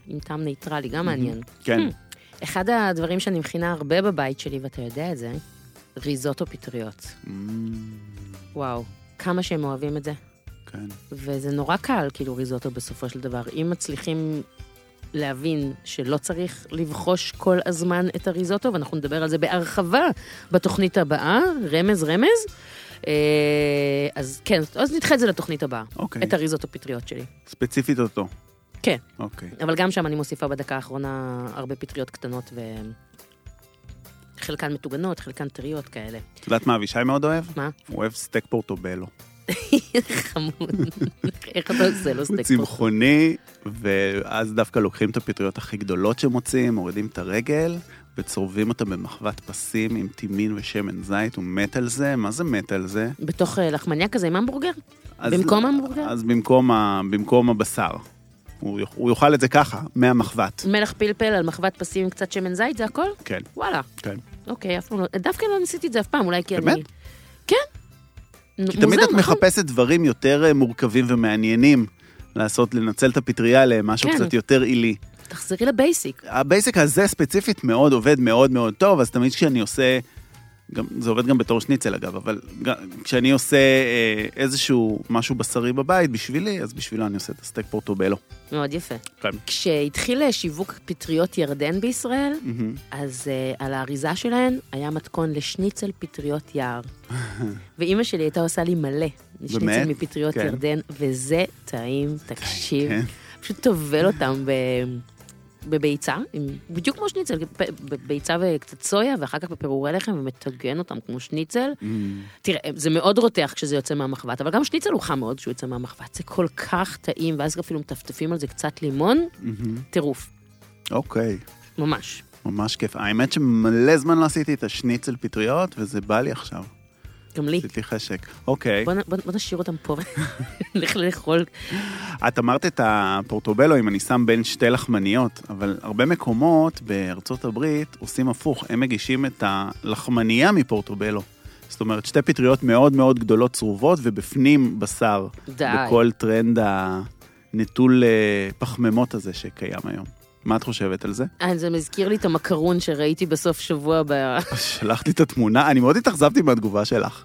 S1: עם טעם ניטרלי, גם מעניין.
S2: כן.
S1: Hmm. אחד הדברים שאני מכינה הרבה בבית שלי, ואתה יודע את זה, ריזוטו פטריות.
S2: Mm,
S1: וואו, כמה שהם אוהבים את זה.
S2: כן.
S1: וזה נורא קל, כאילו, ריזוטו בסופו של דבר. אם מצליחים להבין שלא צריך לבחוש כל הזמן את הריזוטו, ואנחנו נדבר על זה בהרחבה בתוכנית הבאה, רמז רמז, אה, אז כן, אז נדחה את זה לתוכנית הבאה,
S2: אוקיי.
S1: את הריזוטו פטריות שלי.
S2: ספציפית אותו.
S1: כן.
S2: אוקיי.
S1: אבל גם שם אני מוסיפה בדקה האחרונה הרבה פטריות קטנות ו... חלקן מטוגנות, חלקן טריות כאלה.
S2: את יודעת מה אבישי מאוד אוהב?
S1: מה?
S2: הוא אוהב סטייק פורטובלו.
S1: חמוד. איך אתה עושה לו
S2: הוא
S1: סטייק פה?
S2: צמחוני, ואז דווקא לוקחים את הפטריות הכי גדולות שמוצאים, מורידים את הרגל, וצורבים אותה במחבת פסים עם טימין ושמן זית, הוא מת על זה, מה זה מת על זה?
S1: בתוך אה, לחמניה כזה עם המבורגר?
S2: אז-
S1: במקום המבורגר?
S2: אז במקום, ה, במקום הבשר. הוא, יוכ- הוא יאכל את זה ככה, מהמחבת.
S1: מלח פלפל על מחבת פסים עם קצת שמן זית, זה הכל?
S2: כן,
S1: וואלה.
S2: כן.
S1: אוקיי, אף פעם לא... דווקא לא ניסיתי את זה אף פעם, אולי כי אני...
S2: באמת?
S1: כן.
S2: כי תמיד
S1: מוזר,
S2: את
S1: נכון?
S2: מחפשת דברים יותר אה, מורכבים ומעניינים. לעשות, לנצל את הפטריה למשהו
S1: כן.
S2: קצת יותר עילי.
S1: תחזרי לבייסיק.
S2: הבייסיק הזה ספציפית מאוד עובד מאוד מאוד טוב, אז תמיד כשאני עושה, גם, זה עובד גם בתור שניצל אגב, אבל גם, כשאני עושה אה, איזשהו משהו בשרי בבית בשבילי, אז בשבילו אני עושה את הסטייק פורטובלו.
S1: מאוד יפה.
S2: כן.
S1: כשהתחיל אה, שיווק פטריות ירדן בישראל,
S2: מהמם.
S1: אז uh, על האריזה שלהן היה מתכון לשניצל פטריות יער. ואימא שלי הייתה עושה לי מלא שניצל
S2: באמת?
S1: מפטריות
S2: כן.
S1: ירדן, וזה טעים, תקשיב.
S2: כן.
S1: פשוט טובל אותם ב... בביצה, עם... בדיוק כמו שניצל, פ- ב- ביצה וקצת סויה, ואחר כך בפירורי לחם, ומטגן אותם כמו שניצל.
S2: Mm.
S1: תראה, זה מאוד רותח כשזה יוצא מהמחבת, אבל גם שניצל הוא חם מאוד כשהוא יוצא מהמחבת. זה כל כך טעים, ואז אפילו מטפטפים על זה קצת לימון,
S2: מהמם.
S1: טירוף,
S2: אוקיי,
S1: ממש.
S2: ממש כיף. האמת שמלא זמן לא עשיתי את השניצל פטריות, וזה בא לי עכשיו.
S1: גם לי.
S2: עשיתי חשק. אוקיי.
S1: בוא, נ- בוא, בוא נשאיר אותם פה, נלך לאכול.
S2: את אמרת את הפורטובלו, אם אני שם בין שתי לחמניות, אבל הרבה מקומות בארצות הברית עושים הפוך, הם מגישים את הלחמנייה מפורטובלו. זאת אומרת, שתי פטריות מאוד מאוד גדולות צרובות, ובפנים בשר.
S1: די.
S2: בכל טרנד הנטול אה, פחמימות הזה שקיים היום. מה את חושבת על זה?
S1: אה, זה מזכיר לי את המקרון שראיתי בסוף שבוע ב...
S2: שלחת לי את התמונה, אני מאוד התאכזבתי מהתגובה שלך.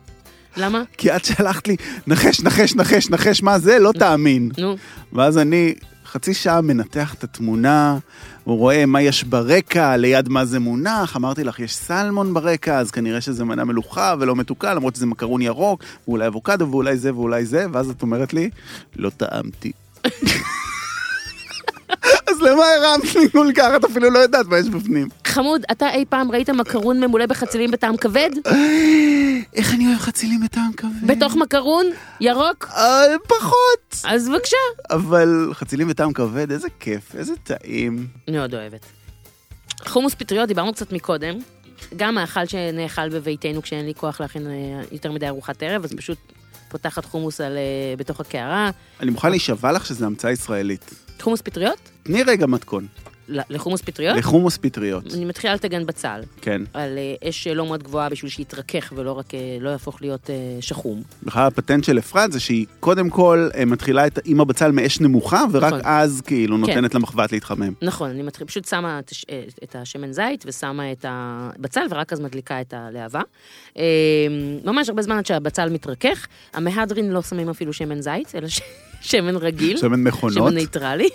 S1: למה?
S2: כי את שלחת לי, נחש, נחש, נחש, נחש, מה זה? לא תאמין.
S1: נו,
S2: ואז אני חצי שעה מנתח את התמונה, הוא רואה מה יש ברקע, ליד מה זה מונח, אמרתי לך, יש סלמון ברקע, אז כנראה שזה מנה מלוכה ולא מתוקה, למרות שזה מקרון ירוק, ואולי אבוקדו, ואולי זה ואולי זה, ואז את אומרת לי, לא טעמתי. אז למה הרמת לי כל כך? את אפילו לא יודעת מה יש בפנים.
S1: חמוד, אתה אי פעם ראית מקרון ממולא בחצילים בטעם כבד?
S2: איך אני אוהב חצילים בטעם כבד?
S1: בתוך מקרון? ירוק?
S2: אה, פחות,
S1: אז בבקשה.
S2: אבל חצילים בטעם כבד, איזה כיף, איזה טעים.
S1: מאוד אוהבת. חומוס פטריות, דיברנו קצת מקודם. גם האכל שנאכל בביתנו כשאין לי כוח להכין אה, יותר מדי ארוחת ערב, אז פשוט פותחת חומוס על, אה, בתוך הקערה.
S2: אני מוכן להישבע לך שזו המצאה ישראלית.
S1: חומוס פטריות?
S2: תני רגע מתכון,
S1: ל- לחומוס פטריות?
S2: לחומוס פטריות.
S1: כן. אני מתחילה לטגן בצל.
S2: כן.
S1: על אה, אש לא מאוד גבוהה בשביל שיתרכך ולא רק, אה, לא יהפוך להיות אה, שחום.
S2: בכלל הפטנט של אפרת זה שהיא קודם כל אה, מתחילה את, עם הבצל מאש נמוכה, ורק
S1: נכון.
S2: אז כאילו נותנת למחבת להתחמם.
S1: נכון, אני מתחיל, פשוט שמה את, הש- אה, את השמן זית ושמה את הבצל, ורק אז מדליקה את הלהבה. אה, ממש הרבה זמן עד שהבצל מתרכך. המהדרין לא שמים אפילו שמן זית, אלא ש... שמן רגיל.
S2: שמן מכונות.
S1: שמן ניטרלי.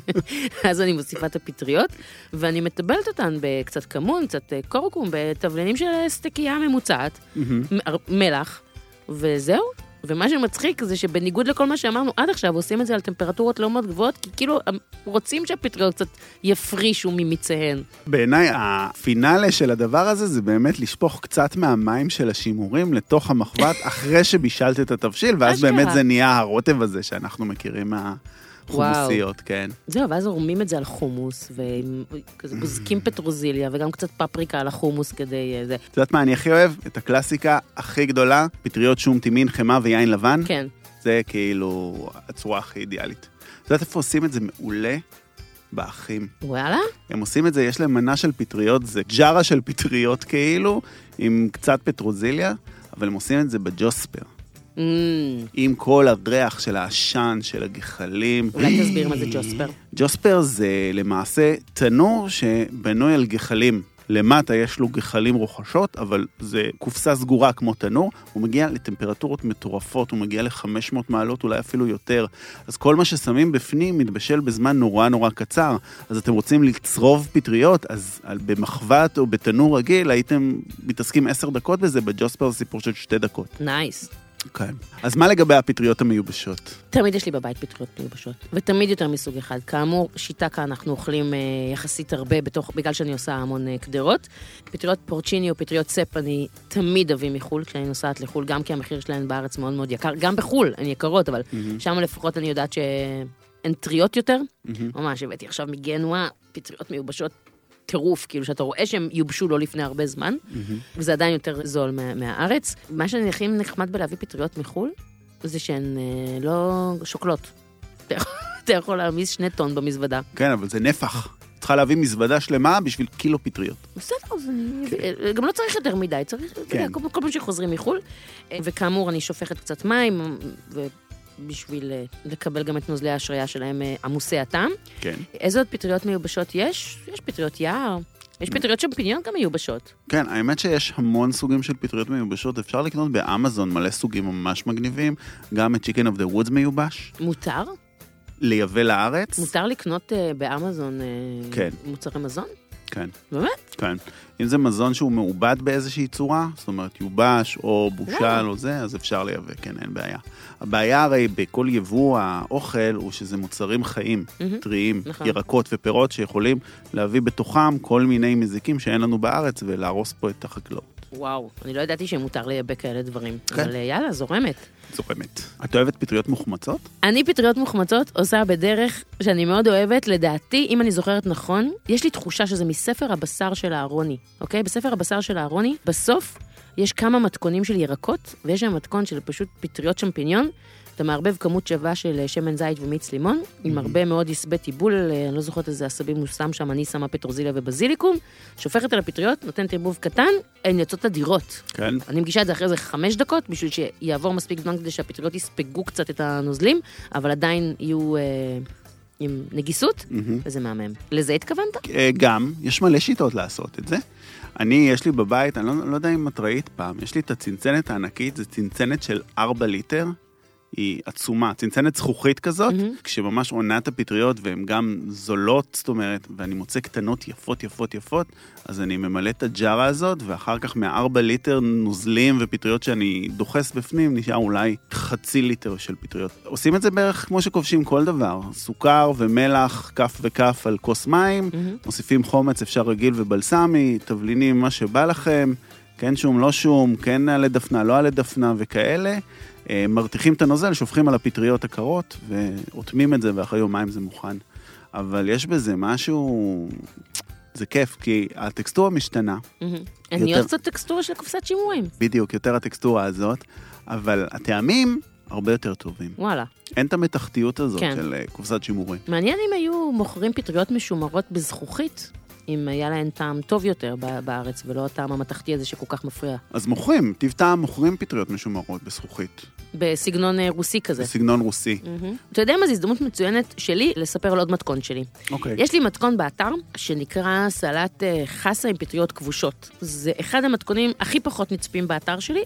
S1: אז אני מוסיפה את הפטריות, ואני מטבלת אותן בקצת כמון, קצת אה, קורקום, בתבלינים של סטקייה ממוצעת, מ- אה, מלח, וזהו. ומה שמצחיק זה שבניגוד לכל מה שאמרנו עד עכשיו, עושים את זה על טמפרטורות לא מאוד גבוהות, כי כאילו הם רוצים שהפטריות קצת יפרישו ממיציהן.
S2: בעיניי הפינאלה של הדבר הזה זה באמת לשפוך קצת מהמים של השימורים לתוך המחבת אחרי שבישלת את התבשיל, ואז
S1: אשכרה.
S2: באמת זה נהיה הרוטב הזה שאנחנו מכירים מהחומוסיות, כן.
S1: זהו, ואז עורמים את זה על חומוס, וכזה בוזקים פטרוזיליה, וגם קצת פפריקה על החומוס כדי אה, זה.
S2: את יודעת מה אני הכי אוהב? את הקלאסיקה הכי גדולה, פטריות שום טימין, חמאה ויין לבן.
S1: כן.
S2: זה כאילו הצורה הכי אידיאלית. את יודעת איפה עושים את זה מעולה? באחים.
S1: וואלה?
S2: הם עושים את זה, יש להם מנה של פטריות, זה ג'ארה של פטריות כאילו, עם קצת פטרוזיליה, אבל הם עושים את זה בג'וספר.
S1: Mm,
S2: עם כל הריח של העשן, של הגחלים.
S1: אולי תסביר מה זה ג'וספר.
S2: ג'וספר זה למעשה תנור שבנוי על גחלים. למטה יש לו גחלים רוכשות, אבל זה קופסה סגורה כמו תנור. הוא מגיע לטמפרטורות מטורפות, הוא מגיע ל-500 מעלות, אולי אפילו יותר. אז כל מה ששמים בפנים מתבשל בזמן נורא נורא קצר. אז אתם רוצים לצרוב פטריות, אז על- במחבת או בתנור רגיל הייתם מתעסקים 10 דקות בזה, בג'וספר זה סיפור של 2 דקות.
S1: נייס.
S2: כן. אז מה לגבי הפטריות המיובשות?
S1: תמיד יש לי בבית פטריות מיובשות, ותמיד יותר מסוג אחד. כאמור, שיטקה אנחנו אוכלים אה, יחסית הרבה, בתוך, בגלל שאני עושה המון אה, קדרות. פטריות פורצ'יני או פטריות ספ אני תמיד אביא מחו"ל, כשאני נוסעת לחו"ל, גם כי המחיר שלהן בארץ מאוד מאוד יקר, גם בחו"ל הן יקרות, אבל שם לפחות אני יודעת שהן טריות יותר. ממש, הבאתי עכשיו מגנואה פטריות מיובשות. טירוף, כאילו שאתה רואה שהם יובשו לא לפני הרבה זמן, וזה עדיין יותר זול מה, מהארץ. מה שהכי נחמד בלהביא פטריות מחו"ל, זה שהן אה, לא שוקלות. אתה יכול- אתה יכול להעמיס שני טון במזוודה.
S2: כן, אבל זה נפח. צריכה להביא מזוודה שלמה בשביל קילו פטריות.
S1: בסדר, אז אני... גם לא צריך יותר מדי, צריך, אתה
S2: כן.
S1: יודע, כל כל פעם שחוזרים מחו"ל. אה, וכאמור, אני שופכת קצת מים, בשביל אה, לקבל גם את נוזלי ההשריה שלהם אה, עמוסי הטעם.
S2: כן.
S1: איזה עוד פטריות מיובשות יש? יש פטריות יער, יש פטריות שמפיניון גם מיובשות.
S2: כן, האמת שיש המון סוגים של פטריות מיובשות, אפשר לקנות באמזון מלא סוגים ממש מגניבים, גם את Chicken of the Woods מיובש,
S1: מותר?
S2: לייבא לארץ.
S1: מותר לקנות אה, באמזון אה,
S2: כן.
S1: מוצרי מזון?
S2: כן,
S1: באמת?
S2: כן. אם זה מזון שהוא מעובד באיזושהי צורה, זאת אומרת יובש או בושל או זה, אז אפשר לייבא, כן, אין בעיה. הבעיה הרי בכל יבוא האוכל הוא שזה מוצרים חיים,
S1: מהמם.
S2: טריים,
S1: נכון.
S2: ירקות ופירות שיכולים להביא בתוכם כל מיני מזיקים שאין לנו בארץ ולהרוס פה את החקלאות.
S1: וואו, אני לא ידעתי שמותר לייבא כאלה דברים.
S2: כן.
S1: אבל אה, יאללה, זורמת.
S2: זורמת. את אוהבת פטריות מוחמצות?
S1: אני פטריות מוחמצות עושה בדרך שאני מאוד אוהבת, לדעתי, אם אני זוכרת נכון, יש לי תחושה שזה מספר הבשר של אהרוני, אוקיי? בספר הבשר של אהרוני, בסוף יש כמה מתכונים של ירקות, ויש שם מתכון של פשוט פטריות שמפיניון. אתה מערבב כמות שווה של אה, שמן זית ומיץ לימון, עם הרבה מאוד עשבי טיבול, אה, אני לא זוכרת איזה עשבים הוא שם שם, אני שמה פטרוזיליה ובזיליקום, שופכת על הפטריות, נותנת ערבוב קטן, הן יוצאות אדירות.
S2: כן.
S1: אני מגישה את זה אחרי זה חמש דקות, בשביל שיעבור מספיק זמן כדי שהפטריות יספגו קצת את הנוזלים, אבל עדיין יהיו אה, עם נגיסות,
S2: מהמם.
S1: וזה מהמם. לזה התכוונת?
S2: אה, גם, יש מלא שיטות לעשות את זה. אני, יש לי בבית, אני לא, לא יודע אם את ראית פעם, יש לי את הצנצנת הענקית, זו צנצנת של 4 ליטר, היא עצומה, צנצנת זכוכית כזאת,
S1: מהמם.
S2: mm-hmm. כשממש עונת הפטריות והן גם זולות, זאת אומרת, ואני מוצא קטנות יפות יפות יפות, אז אני ממלא את הג'ארה הזאת, ואחר כך מהארבע ליטר נוזלים ופטריות שאני דוחס בפנים, נשאר אולי חצי ליטר של פטריות. עושים את זה בערך כמו שכובשים כל דבר, סוכר ומלח, כף וכף על כוס מים,
S1: מהמם.
S2: מוסיפים חומץ, אפשר רגיל ובלסמי, תבלינים, מה שבא לכם, כן שום, לא שום, כן עלי דפנה, לא עלי דפנה וכאלה. אה, מרתיחים את הנוזל, שופכים על הפטריות הקרות, ואוטמים את זה, ואחרי יומיים זה מוכן. אבל יש בזה משהו... זה כיף, כי הטקסטורה משתנה,
S1: אני
S2: יותר-
S1: אוהבת קצת טקסטורה של קופסת שימורים.
S2: בדיוק, יותר הטקסטורה הזאת, אבל הטעמים הרבה יותר טובים.
S1: וואלה.
S2: אין את המתכתיות הזאת
S1: כן.
S2: של אה, קופסת שימורים.
S1: מעניין אם היו מוכרים פטריות משומרות בזכוכית, אם היה להן טעם טוב יותר ב- בארץ, ולא הטעם המתכתי הזה שכל כך מפריע.
S2: אז מוכרים, טיב טעם מוכרים פטריות משומרות בזכוכית.
S1: בסגנון אה, רוסי כזה.
S2: בסגנון רוסי.
S1: מהמם. אתה יודע מה, זו הזדמנות מצוינת שלי לספר על עוד מתכון שלי.
S2: אוקיי.
S1: יש לי מתכון באתר שנקרא סלט אה, חסה עם פטריות כבושות. זה אחד המתכונים הכי פחות נצפים באתר שלי,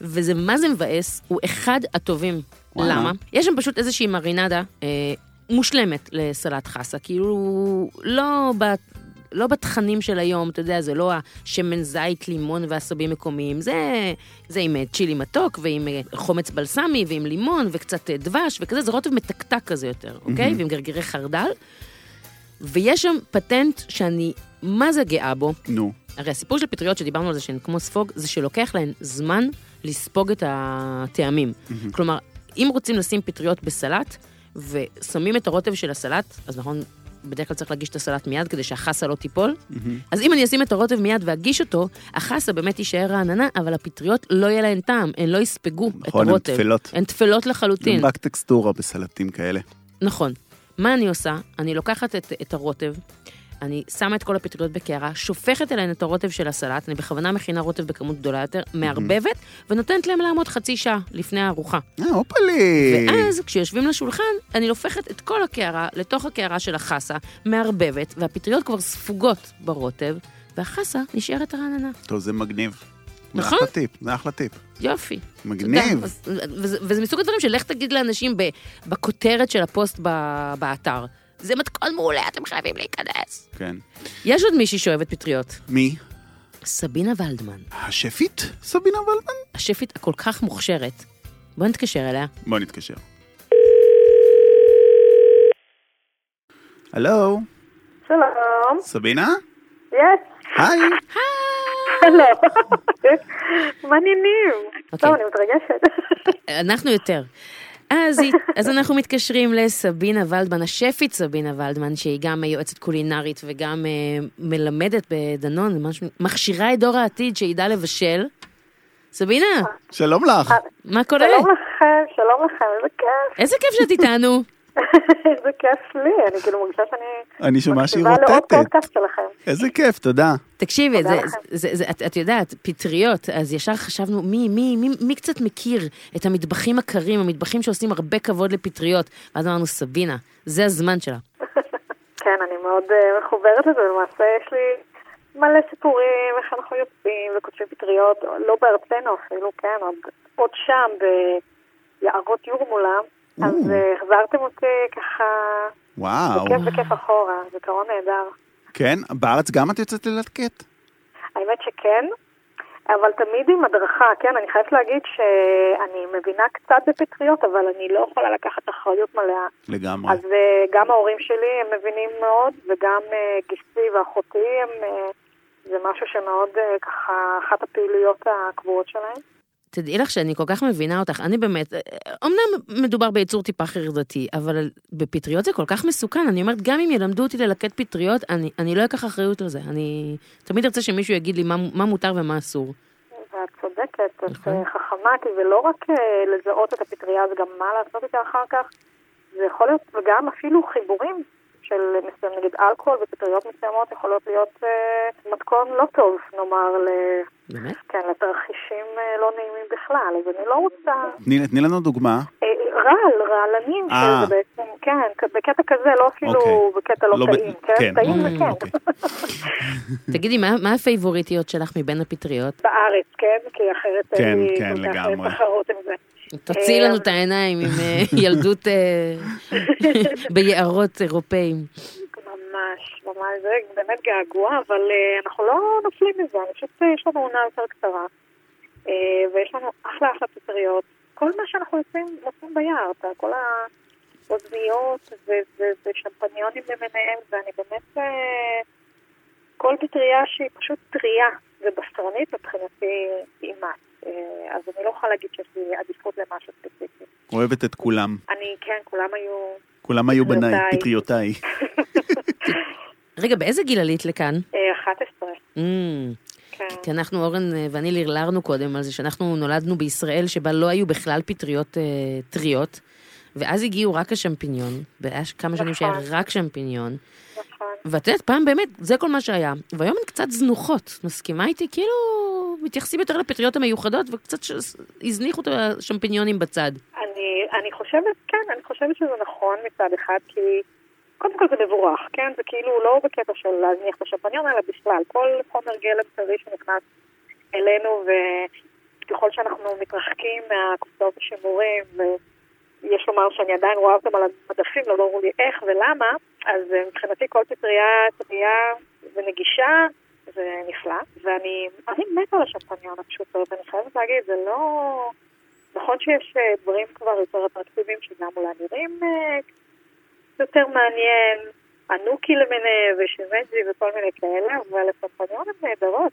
S1: וזה מה זה מבאס, הוא אחד הטובים.
S2: וואלה.
S1: למה? יש שם פשוט איזושהי מרינדה אה, מושלמת לסלט חסה, כאילו לא ב... לא בתכנים של היום, אתה יודע, זה לא השמן זית, לימון ועשבים מקומיים, זה, זה עם אה, צ'ילי מתוק ועם אה, חומץ בלסמי ועם לימון וקצת אה, דבש וכזה, זה רוטב מתקתק כזה יותר, אוקיי? ועם גרגירי חרדל. ויש שם פטנט שאני, מה זה גאה בו?
S2: נו,
S1: הרי הסיפור של פטריות שדיברנו על זה שהן כמו ספוג, זה שלוקח להן זמן לספוג את הטעמים. כלומר, אם רוצים לשים פטריות בסלט, ושמים את הרוטב של הסלט, אז נכון, בדרך כלל צריך להגיש את הסלט מיד כדי שהחסה לא תיפול. אז אם אני אשים את הרוטב מיד ואגיש אותו, החסה באמת תישאר רעננה, אבל הפטריות לא יהיה להן טעם, הן לא יספגו את
S2: נכון, הן
S1: הרוטב.
S2: תפלות.
S1: הן תפלות לחלוטין.
S2: גם רק טקסטורה בסלטים כאלה.
S1: נכון. מה אני עושה? אני לוקחת את, את הרוטב, אני שמה את כל הפטריות בקערה, שופכת אליהן את הרוטב של הסלט, אני בכוונה מכינה רוטב בכמות גדולה יותר, מערבבת, ונותנת להם לעמוד חצי שעה לפני הארוחה.
S2: אה, הופלי!
S1: ואז, כשיושבים לשולחן, אני הופכת את כל הקערה לתוך הקערה של החסה, מערבבת, והפטריות כבר ספוגות ברוטב, והחסה נשארת רעננה.
S2: טוב, זה מגניב.
S1: נכון.
S2: זה אחלה טיפ, זה אחלה טיפ.
S1: יופי.
S2: מגניב.
S1: תודה. אז- וזה, וזה מסוג הדברים של לך תגיד לאנשים ב, בכותרת של הפוסט ב, באתר. זה מתכון מעולה, אתם חייבים להיכנס.
S2: כן.
S1: יש עוד מישהי שאוהבת פטריות.
S2: מי?
S1: סבינה ולדמן,
S2: השפית? סבינה ולמן?
S1: השפית הכל כך מוכשרת. בוא נתקשר אליה.
S2: בוא נתקשר. הלו,
S3: שלום,
S2: סבינה?
S3: יש,
S2: היי.
S3: שלום. מעניינים.
S1: אוקיי.
S3: טוב, אני מתרגשת.
S1: אנחנו יותר. אז, היא- אז אנחנו מתקשרים לסבינה ולדמן, השפית סבינה ולדמן, שהיא גם אה, יועצת קולינרית וגם אה, מלמדת בדנון, משהו, מכשירה את דור העתיד שידע לבשל. סבינה,
S3: אה,
S2: שלום לך.
S4: אה,
S1: מה קורה?
S3: שלום לכם, שלום לכם, איזה כיף.
S1: איזה כיף שאת איתנו.
S4: איזה כיף לי, אני כאילו מרגישה שאני...
S2: אני שומע שהיא
S4: מקשיבה לעוד
S2: רוטטת.
S4: פודקאסט שלכם.
S2: איזה כיף, תודה.
S1: תקשיבי,
S4: תודה
S1: זה,
S4: לכם.
S1: זה, זה, את, את יודעת, פטריות, אז ישר חשבנו, מי, מי, מי, מי קצת מכיר את המטבחים הקרים, המטבחים שעושים הרבה כבוד לפטריות? ואז אמרנו, סבינה, זה הזמן שלה.
S4: כן, אני מאוד אה, מחוברת לזה, למעשה יש לי מלא סיפורים, איך אנחנו יוצאים וכותבים פטריות, לא בארצנו אפילו, כן, עוד, עוד שם, ביערות יורמולה. אז
S2: או. אה,
S4: אה, החזרתם אותי ככה,
S2: וואו.
S4: בכיף בכיף אחורה, זיכרון נהדר.
S2: כן? בארץ גם את יוצאת ללקט?
S4: האמת שכן, אבל תמיד עם הדרכה, כן? אני חייבת להגיד שאני מבינה קצת בפטריות, אבל אני לא יכולה לקחת אחריות מלאה.
S2: לגמרי.
S4: אז אה, גם ההורים שלי הם מבינים מאוד, וגם אה, גיסי ואחותי הם... אה, זה משהו שמאוד אה, ככה, אחת הפעילויות הקבועות שלהם.
S1: תדעי לך שאני כל כך מבינה אותך, אני באמת, אה, אומנם מדובר ביצור טיפה חרדתי, אבל בפטריות זה כל כך מסוכן, אני אומרת, גם אם ילמדו אותי ללקט פטריות, אני, אני לא אקח אחריות על זה, אני תמיד ארצה שמישהו יגיד לי מה, מה מותר ומה אסור.
S4: ואת צודקת, את
S1: נכון.
S4: אה, חכמה, כי זה לא רק אה, לזהות את הפטריה, זה גם מה לעשות איתה אחר כך. זה יכול להיות, וגם אפילו חיבורים של מסוים, נגיד אלכוהול ופטריות מסוימות יכולות להיות אה, מתכון לא טוב, נאמר, ל...
S1: באמת?
S4: כן, לתרחישים אה, לא נעימים בכלל, אז אני לא רוצה...
S2: תני תני לנו דוגמה.
S4: אה, רעל, רעלנים,
S2: אה.
S4: שזה בעצם, כן, כ- בקטע כזה, לא אפילו
S2: אוקיי.
S4: בקטע לא
S2: לא ב-
S4: טעים, כן?
S2: כן.
S4: טעים
S1: Mm,
S4: זה כן.
S2: אוקיי.
S1: תגידי, מה, מה הפייבוריטיות שלך מבין הפטריות?
S4: בארץ, כן? כי אחרת
S2: כן,
S4: אין לי
S2: כן,
S4: כל כך
S2: לגמרי.
S4: אה, תחרות עם זה.
S1: תוציאי לנו את העיניים עם אה, ילדות אה, ביערות אירופאים.
S4: ממש, ממש, זה באמת געגוע, אבל אה, אנחנו לא נופלים מזה, אני חושבת שיש לנו עונה יותר קצרה, אה, ויש לנו אחלה אחלה פטריות. כל מה שאנחנו יוצאים, מוצאים ביער, אתה, כל האוזניות ו- ו- ושמפניונים למיניהם, ואני באמת, אה, כל פטריה שהיא פשוט טריה ובשרנית מבחינתי אימת. אה, אז אני לא יכולה להגיד שיש לי עדיפות למשהו ספציפי.
S2: אוהבת את כולם.
S4: אני, כן, כולם היו...
S2: כולם היו בניי,
S4: פטריותיי.
S2: פטריותיי.
S1: רגע, באיזה גיל עלית לכאן?
S4: אה, 11,
S1: Mm.
S4: כן.
S1: כי אנחנו, אורן אה, ואני לרלרנו קודם על זה שאנחנו נולדנו בישראל שבה לא היו בכלל פטריות אה, טריות, ואז הגיעו רק השמפיניון, והיה ש- כמה שנים שהיה
S4: נכון.
S1: רק שמפיניון,
S4: נכון.
S1: ואת יודעת, פעם באמת, זה כל מה שהיה, והיום הן קצת זנוחות, מסכימה איתי? כאילו, מתייחסים יותר לפטריות המיוחדות, וקצת ש... הזניחו את השמפיניונים בצד.
S4: אני, אני חושבת, כן, אני חושבת שזה נכון מצד אחד, כי קודם כל זה מבורך, כן? זה כאילו לא בקטע של להזניח את השמפניון, אלא בכלל, כל חומר גלם טרי שנכנס אלינו, וככל שאנחנו מתרחקים מהקופסאות השימורים, ויש לומר שאני עדיין רואה אותם על המדפים, לא ברור לי איך ולמה, אז אה, מבחינתי כל פטריה טריה ונגישה. זה נפלא, ואני אני מתה על השמפניון הפשוטות, אני חייבת להגיד, זה לא... נכון שיש אה, דברים כבר יותר אטרקטיביים שגם אולי נראים אה, יותר מעניין, הנוקי למיניהם ושימג'י וכל מיני כאלה, אבל הסמפניון הן נהדרות.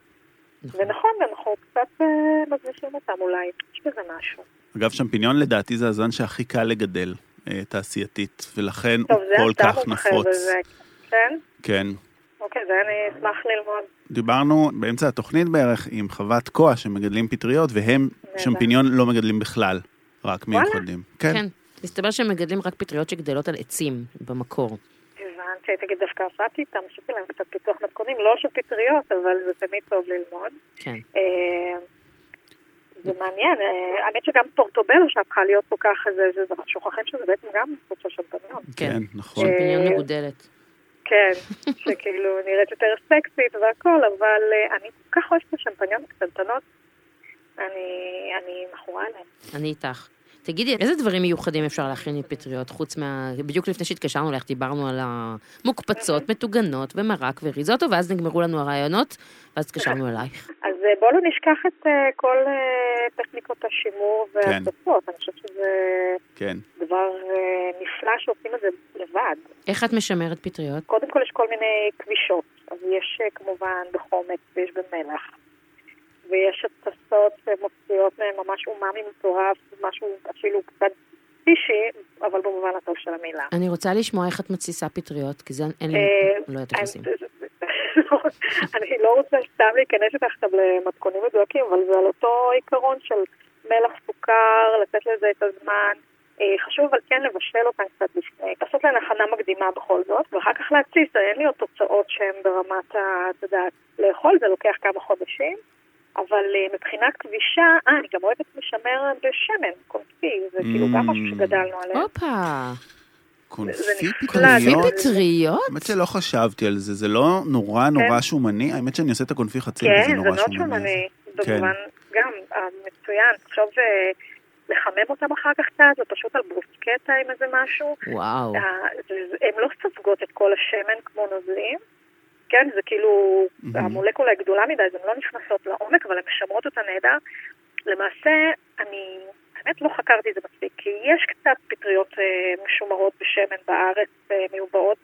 S2: נכון.
S4: ונכון, אנחנו קצת אה, מזניחים אותם אולי, יש בזה משהו.
S2: אגב, שמפיניון לדעתי זה הזן שהכי קל לגדל אה, תעשייתית, ולכן הוא
S4: טוב, זה
S2: כל
S4: אתה
S2: כך
S4: מומחה
S2: נפוץ.
S4: בזה, כן?
S2: כן.
S4: אוקיי, זה אני אשמח ללמוד.
S2: דיברנו באמצע התוכנית בערך עם חוות כוח שמגדלים פטריות, והם שמפיניון לא מגדלים בכלל, רק
S4: וואלה.
S2: מיוחדים. כן.
S1: כן. מסתבר שהם מגדלים רק פטריות שגדלות על עצים במקור.
S4: הבנתי, תגיד, דווקא עבדתי איתם, עשיתי להם קצת פיתוח מתכונים, לא של פטריות, אבל זה תמיד טוב ללמוד.
S1: כן.
S4: אה, זה מעניין, אה, האמת שגם פורטובלו שהפכה להיות כל כך איזה, זה- זה- שוכחים שזה בעצם גם קבוצה של פניון.
S2: כן, נכון.
S1: שמפיניון
S4: אה,
S1: מגודלת.
S4: כן, שכאילו נראית יותר סקסית והכל, אבל אה, אני כל כך אוהבת את השמפניות הקטנטנות, אני, אני מכורה אליהן.
S1: אני איתך. תגידי, איזה דברים מיוחדים אפשר להכין מפטריות, חוץ מה... בדיוק לפני שהתקשרנו אלייך, דיברנו על המוקפצות, מטוגנות, ומרק וריזוטו, ואז נגמרו לנו הרעיונות, ואז התקשרנו אלייך.
S4: אז אה, בואו לא נשכח את אה, כל אה, טכניקות השימור והצפות, אני חושבת שזה
S2: כן.
S4: דבר אה, נפלא שעושים את זה לבד.
S1: איך את משמרת פטריות?
S4: קודם כל יש כל מיני כבישות, אז יש אה, כמובן בחומץ ויש במלח, ויש הטסות שמוציאות מהן ממש אומאמי מטורף, משהו אפילו קצת פישי, אבל במובן הטוב של המילה.
S1: אני רוצה לשמוע איך את מתסיסה פטריות, כי זה אין לי...
S4: אה,
S1: לא יודעת איך עושים.
S4: אני לא רוצה סתם להיכנס איתך עכשיו למתכונים מדויקים, אבל זה על אותו עיקרון של מלח סוכר, לתת לזה את הזמן, אה, חשוב אבל כן לבשל אותן קצת לפני, לעשות להן הכנה מקדימה בכל זאת, ואחר כך להתסיס, אין לי עוד תוצאות שהן ברמת ה... את יודעת, לאכול זה לוקח כמה חודשים, אבל אה, מבחינת כבישה, אה, אני גם אוהבת לשמר בשמן, קונפי, זה כאילו גם משהו
S1: Mm.
S4: שגדלנו עליו.
S1: הופה,
S2: קונפי
S4: נפלא,
S1: קונפי
S2: פטריות?
S1: פטריות?
S2: האמת שלא חשבתי על זה, זה לא נורא נורא שומני? האמת שאני עושה את הקונפי חצי,
S4: כן,
S2: וזה
S4: זה
S2: נורא כן.
S4: מאוד
S2: שומני.
S4: שומני, במובן, גם, אה, מצוין, תחשוב אה, לחמם אותם אחר כך קצת, ופשוט על ברוסקטה עם איזה משהו.
S1: וואו.
S4: הן לא סופגות את כל השמן כמו נוזלים. כן, זה כאילו,
S2: מהמם.
S4: המולקולה היא גדולה מדי, אז הן לא נכנסות לעומק, אבל הן משמרות אותה נהדר. למעשה, אני באמת לא חקרתי את זה מספיק, כי יש קצת פטריות אה, משומרות בשמן בארץ, אה, מיובאות,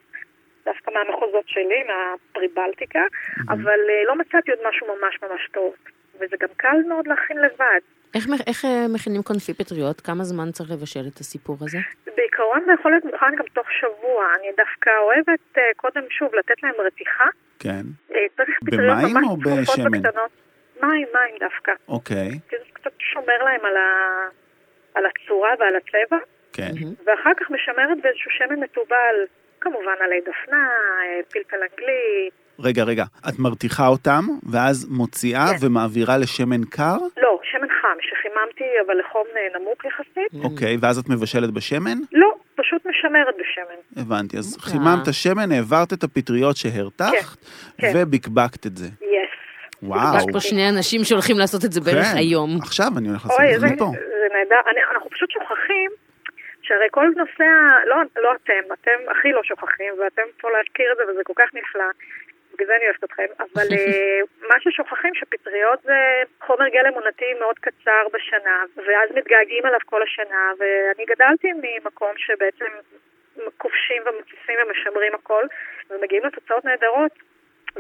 S4: דווקא מהמחוזות שלי, מהפריבלטיקה, אבל אה, לא מצאתי עוד משהו ממש ממש טוב. וזה גם קל מאוד להכין לבד.
S1: איך מ- איך אה, מכינים קונפי פטריות? כמה זמן צריך לבשל את הסיפור הזה?
S4: בעיקרון זה יכול להיות מוכן גם תוך שבוע. אני דווקא אוהבת אה, קודם, שוב, לתת להם רתיחה.
S2: כן,
S4: אה, צריך פטריות
S2: במים
S4: ממש
S2: או
S4: צפופות
S2: בשמן?
S4: וקטנות. מים, מים דווקא.
S2: אוקיי,
S4: כי זה קצת שומר להם על, ה... על הצורה ועל הצבע,
S2: כן.
S4: ואחר כך משמרת באיזשהו שמן מתובל, כמובן עלי דפנה, אה, פלפל אנגלי,
S2: רגע, רגע, את מרתיחה אותם, ואז מוציאה
S4: כן.
S2: ומעבירה לשמן קר,
S4: לא, שמן חם, שחיממתי אבל לחום אה, נמוך יחסית.
S2: אוקיי, ואז את מבשלת בשמן?
S4: לא, פשוט משמרת בשמן.
S2: הבנתי, אז
S1: אוקיי.
S2: חיממת שמן, העברת את הפטריות שהרתחת,
S4: כן.
S2: ובקבקת את זה.
S4: יס.
S2: וואו.
S4: אה,
S1: יש פה שני אנשים שהולכים לעשות את זה בערך
S2: כן,
S1: היום.
S2: עכשיו אני הולך לעשות
S4: אוי,
S2: את
S4: איזה-
S2: זה לא פה.
S4: זה נהדר. אני- אנחנו פשוט שוכחים שהרי כל נושא, ה- לא, לא אתם, אתם הכי לא שוכחים, ואתם פה להזכיר את זה, וזה כל כך נפלא. בגלל זה אני אוהבת אתכם. אבל אה, מה ששוכחים, שפטריות זה חומר גלם עונתי מאוד קצר בשנה, ואז מתגעגעים אליו כל השנה, ואני גדלתי ממקום שבעצם כובשים ומציפים ומשמרים הכל, ומגיעים לתוצאות נהדרות.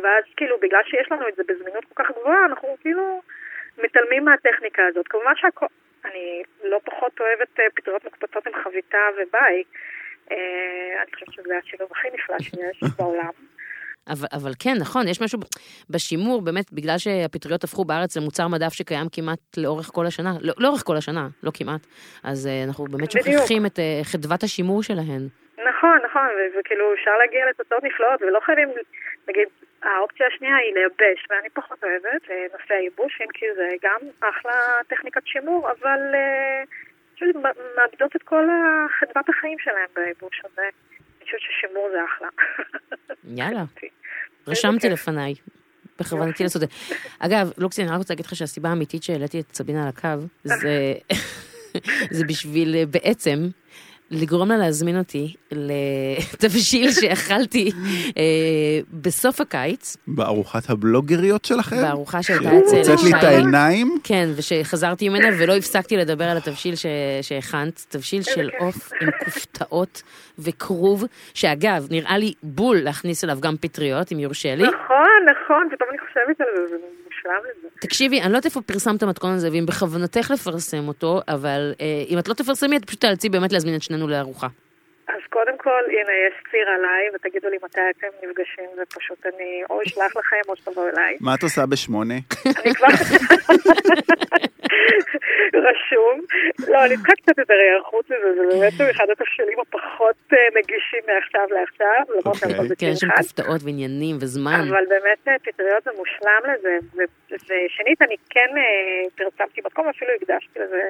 S4: ואז כאילו, בגלל שיש לנו את זה בזמינות כל כך גבוהה, אנחנו כאילו מתעלמים מהטכניקה הזאת. כמובן שהכל... אני לא פחות אוהבת אה, פטריות מקופצות עם חביתה וביי. אה, אני חושבת שזה השילוב הכי נפלא שיש בעולם.
S1: אבל, אבל כן, נכון, יש משהו ב- בשימור, באמת, בגלל שהפטריות הפכו בארץ למוצר מדף שקיים כמעט לאורך כל השנה, לא, לאורך כל השנה, לא כמעט, אז אה, אנחנו באמת
S4: בדיוק.
S1: שוכחים את אה, חדוות השימור שלהן.
S4: נכון, נכון, ו- וכאילו אפשר להגיע לתוצאות נפלאות, ולא חייבים, נגיד, האופציה השנייה היא לייבש, ואני פחות אוהבת אה, נושא הייבוש, אם כי זה גם אחלה טכניקת שימור, אבל אה, אני חושבת שמ- מאבדות את כל ה- חדוות החיים שלהם בייבוש הזה. אני חושבת ששימור זה אחלה.
S1: יאללה,
S4: איזה
S1: רשמתי
S4: כיף.
S1: לפניי. בכוונתי
S4: יופי.
S1: לעשות את זה. אגב, לוקסי, אני רק רוצה להגיד לך שהסיבה האמיתית שהעליתי את סבינה על הקו, זה, זה בשביל אה, בעצם לגרום לה להזמין אותי לתבשיל שאכלתי אה, בסוף הקיץ,
S2: בארוחת הבלוגריות שלכם?
S1: בארוחה שהייתה אצל
S2: שהוצאת לי את
S1: שי.
S2: העיניים?
S1: כן, ושחזרתי ממנה ולא הפסקתי לדבר על התבשיל ש... שהכנת, תבשיל של עוף עם כופתאות וכרוב, שאגב, נראה לי בול להכניס אליו גם פטריות, אם יורשה לי.
S4: נכון, נכון, פתאום אני חושבת על זה, זה מושלם לזה.
S1: תקשיבי, אני לא יודעת איפה פרסמת את המתכון הזה, ואם בכוונתך לפרסם אותו, אבל אה, אם את לא תפרסמי, את פשוט תאלצי באמת להזמין את שנינו לארוחה.
S4: אז קודם כל, הנה, יש ציר עליי, ותגידו לי מתי אתם נפגשים, ופשוט אני או אשלח לכם או שתבואו אליי.
S2: מה את עושה בשמונה?
S4: אני כבר... רשום. לא, אני צריכה קצת יותר היערכות לזה, זה באמת אחד התפשלים הפחות אה, נגישים מעכשיו לעכשיו, למרות שהם
S2: אוקיי.
S1: כן,
S4: חזקים
S1: יש שם
S4: אחד.
S1: כופתאות ועניינים וזמן.
S4: אבל באמת אה, פטריות זה מושלם לזה, ו- ושנית, אני כן אה, פרסמתי מקום, אפילו הקדשתי לזה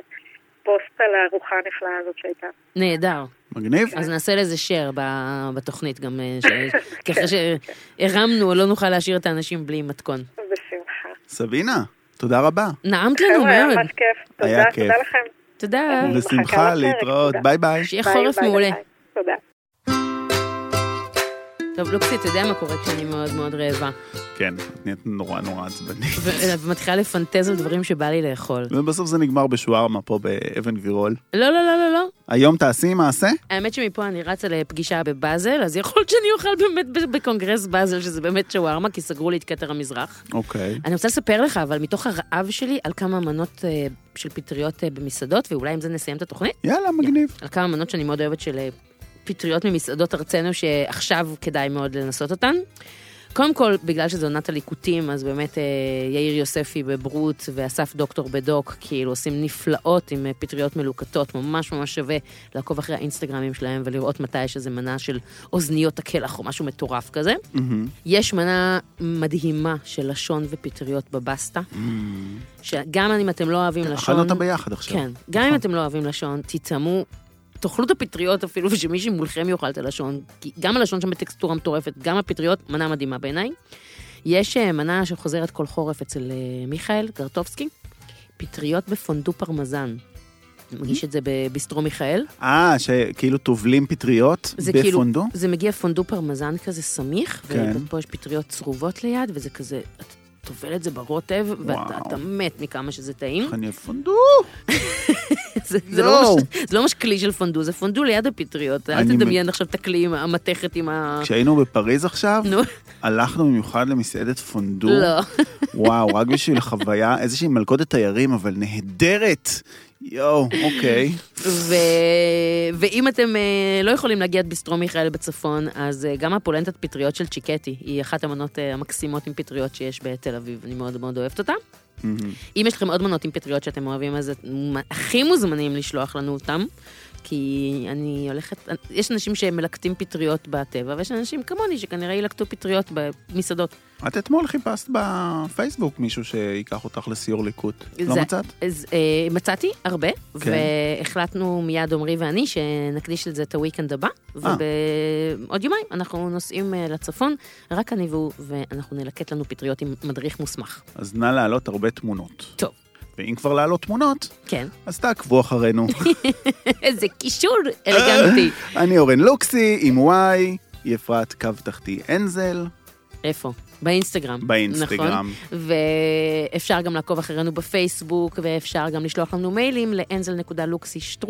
S4: פוסט על הארוחה הנפלאה הזאת שהייתה.
S1: נהדר.
S2: מגניב?
S1: אז נעשה לזה share ב- בתוכנית גם, אה, ש- כי אחרי שהרמנו, לא נוכל להשאיר את האנשים בלי מתכון.
S4: בשמחה.
S2: סבינה, תודה רבה.
S1: נעמת לנו
S4: חבר'ה, היה
S1: מאוד.
S4: ממש כיף.
S2: היה
S4: תודה,
S2: כיף.
S4: תודה לכם.
S1: תודה.
S4: אני אה, מחכה
S2: בשמחה,
S4: לפרק,
S2: להתראות,
S4: תודה.
S2: ביי ביי.
S1: שיהיה
S4: ביי,
S1: חורף
S4: ביי,
S1: מעולה.
S4: ביי. תודה.
S1: טוב, לוקסי, אתה יודע מה קורה כשאני מאוד מאוד רעבה,
S2: כן, את נהיית נורא נורא עצבנית.
S1: ו- ומתחילה לפנטז על דברים שבא לי לאכול.
S2: ובסוף זה נגמר בשוארמה פה באבן גבירול.
S1: לא, לא, לא, לא, לא.
S2: היום תעשי מעשה?
S1: האמת שמפה אני רצה לפגישה בבאזל, אז יכול להיות שאני אוכל באמת ב- בקונגרס באזל, שזה באמת שווארמה, כי סגרו לי את כתר המזרח.
S2: אוקיי.
S1: אני רוצה לספר לך, אבל מתוך הרעב שלי, על כמה מנות אה, של פטריות אה, במסעדות, ואולי עם זה נסיים את התוכנית.
S2: יאללה, מגניב.
S1: על כמה מנות שאני מאוד אוהבת של אה, פטריות ממסעדות ארצנו, שעכשיו כדאי מאוד לנסות אותן. קודם כל, בגלל שזו עונת הליקוטים, אז באמת אה, יאיר יוספי בברוט ואסף דוקטור בדוק, כאילו עושים נפלאות עם אה, פטריות מלוקטות, ממש ממש שווה לעקוב אחרי האינסטגרמים שלהם ולראות מתי יש איזה מנה של אוזניות הקלח או משהו מטורף כזה.
S2: מהמם.
S1: יש מנה מדהימה של לשון ופטריות בבסטה, שגם אם אתם לא אוהבים לשון...
S2: אכלנו אותה ביחד עכשיו. נכון.
S1: כן, גם אם אתם לא אוהבים לשון, תטעמו, תאכלו את הפטריות אפילו, ושמישהי מולכם יאכל את הלשון, כי גם הלשון שם בטקסטורה מטורפת, גם הפטריות, מנה מדהימה בעיניי. יש אה, מנה שחוזרת כל חורף אצל אה, מיכאל גרטובסקי, פטריות בפונדו פרמזן. מגיש את זה בביסטרו מיכאל.
S2: Mm-hmm. אה, שכאילו טובלים פטריות
S1: זה כאילו,
S2: בפונדו?
S1: זה מגיע פונדו פרמזן כזה סמיך,
S2: כן.
S1: ופה יש פטריות צרובות ליד, וזה כזה, אתה טובל את זה ברוטב, ואתה
S2: וואו.
S1: אתה מת מכמה שזה טעים.
S2: חניה פונדו.
S1: זה, זה, לא
S2: יואו.
S1: ממש, זה לא ממש כלי של פונדו, זה פונדו ליד הפטריות. אל
S2: אני
S1: תדמיין עכשיו את הכלי עם המתכת עם ה...
S2: כשהיינו בפריז עכשיו,
S1: אה. נו,
S2: הלכנו במיוחד למסעדת פונדו.
S1: לא.
S2: וואו, רק בשביל החוויה, איזושהי מלכודת תיירים, אבל נהדרת. יואו, אוקיי.
S1: ו... ואם אתם אה, לא יכולים להגיע עד ביסטרו מיכאל בצפון, אז אה, גם הפולנטת פטריות של צ'יקטי היא אחת המנות אה, המקסימות עם פטריות שיש בתל אביב, אני מאוד מאוד אוהבת אותה.
S2: מהמם.
S1: אם יש לכם עוד מנות עם פטריות שאתם אוהבים, אז אתם הכי מוזמנים לשלוח לנו אותם. כי אני הולכת, יש אנשים שמלקטים פטריות בטבע, ויש אנשים כמוני שכנראה ילקטו פטריות במסעדות.
S2: את אתמול חיפשת בפייסבוק מישהו שייקח אותך לסיור ליקוט. לא
S1: זה-
S2: מצאת?
S1: אז אה, מצאתי הרבה,
S2: כן.
S1: והחלטנו מיד עמרי ואני שנקדיש לזה את הוויקנד הבא,
S2: אה.
S1: ובעוד יומיים אנחנו נוסעים אה, לצפון, רק אני והוא, ואנחנו נלקט לנו פטריות עם מדריך מוסמך.
S2: אז נא להעלות הרבה תמונות.
S1: טוב.
S2: ואם כבר להעלות תמונות,
S1: כן.
S2: אז תעקבו אחרינו.
S1: איזה קישור אלגנטי.
S2: אני אורן לוקסי, עם וואי, היא אפרת קו תחתי אנזל,
S1: איפה? באינסטגרם. נכון.
S2: באינסטגרם.
S1: ואפשר גם לעקוב אחרינו בפייסבוק, ואפשר גם לשלוח לנו מיילים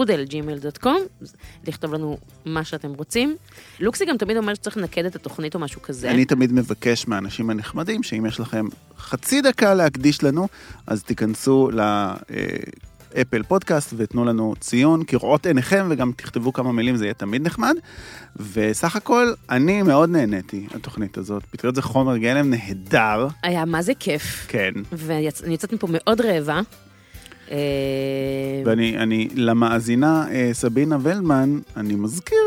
S1: ל-enzel.luxi.strudel.gmail.com, לכתוב לנו מה שאתם רוצים. לוקסי גם תמיד אומר שצריך לנקד את התוכנית או משהו כזה.
S2: אני תמיד מבקש מהאנשים הנחמדים, שאם יש לכם חצי דקה להקדיש לנו, אז תיכנסו לאפל פודקאסט ותנו לנו ציון כראות עיניכם, וגם תכתבו כמה מילים, זה יהיה תמיד נחמד. וסך הכל, אני מאוד נהניתי, התוכנית הזאת. פטריות זה חומר גלם נהדר,
S1: היה מה זה כיף,
S2: כן.
S1: ואני יצ- אני יוצאת מפה מאוד רעבה. אה, כן.
S2: ואני אני, למאזינה אה, סבינה ולמן, אני מזכיר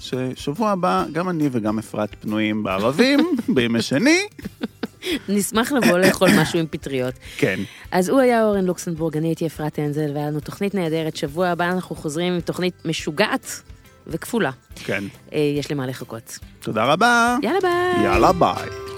S2: ששבוע הבא גם אני וגם אפרת פנויים בערבים, בימי שני,
S1: נשמח לבוא לאכול משהו עם פטריות.
S2: כן.
S1: אז הוא היה אורן לוקסנבורג, אני הייתי אפרת אנזל, והיה לנו תוכנית נהדרת. שבוע הבא אנחנו חוזרים עם תוכנית משוגעת וכפולה.
S2: כן.
S1: אה, יש למה לחכות.
S2: תודה רבה.
S1: יאללה ביי.
S2: יאללה ביי.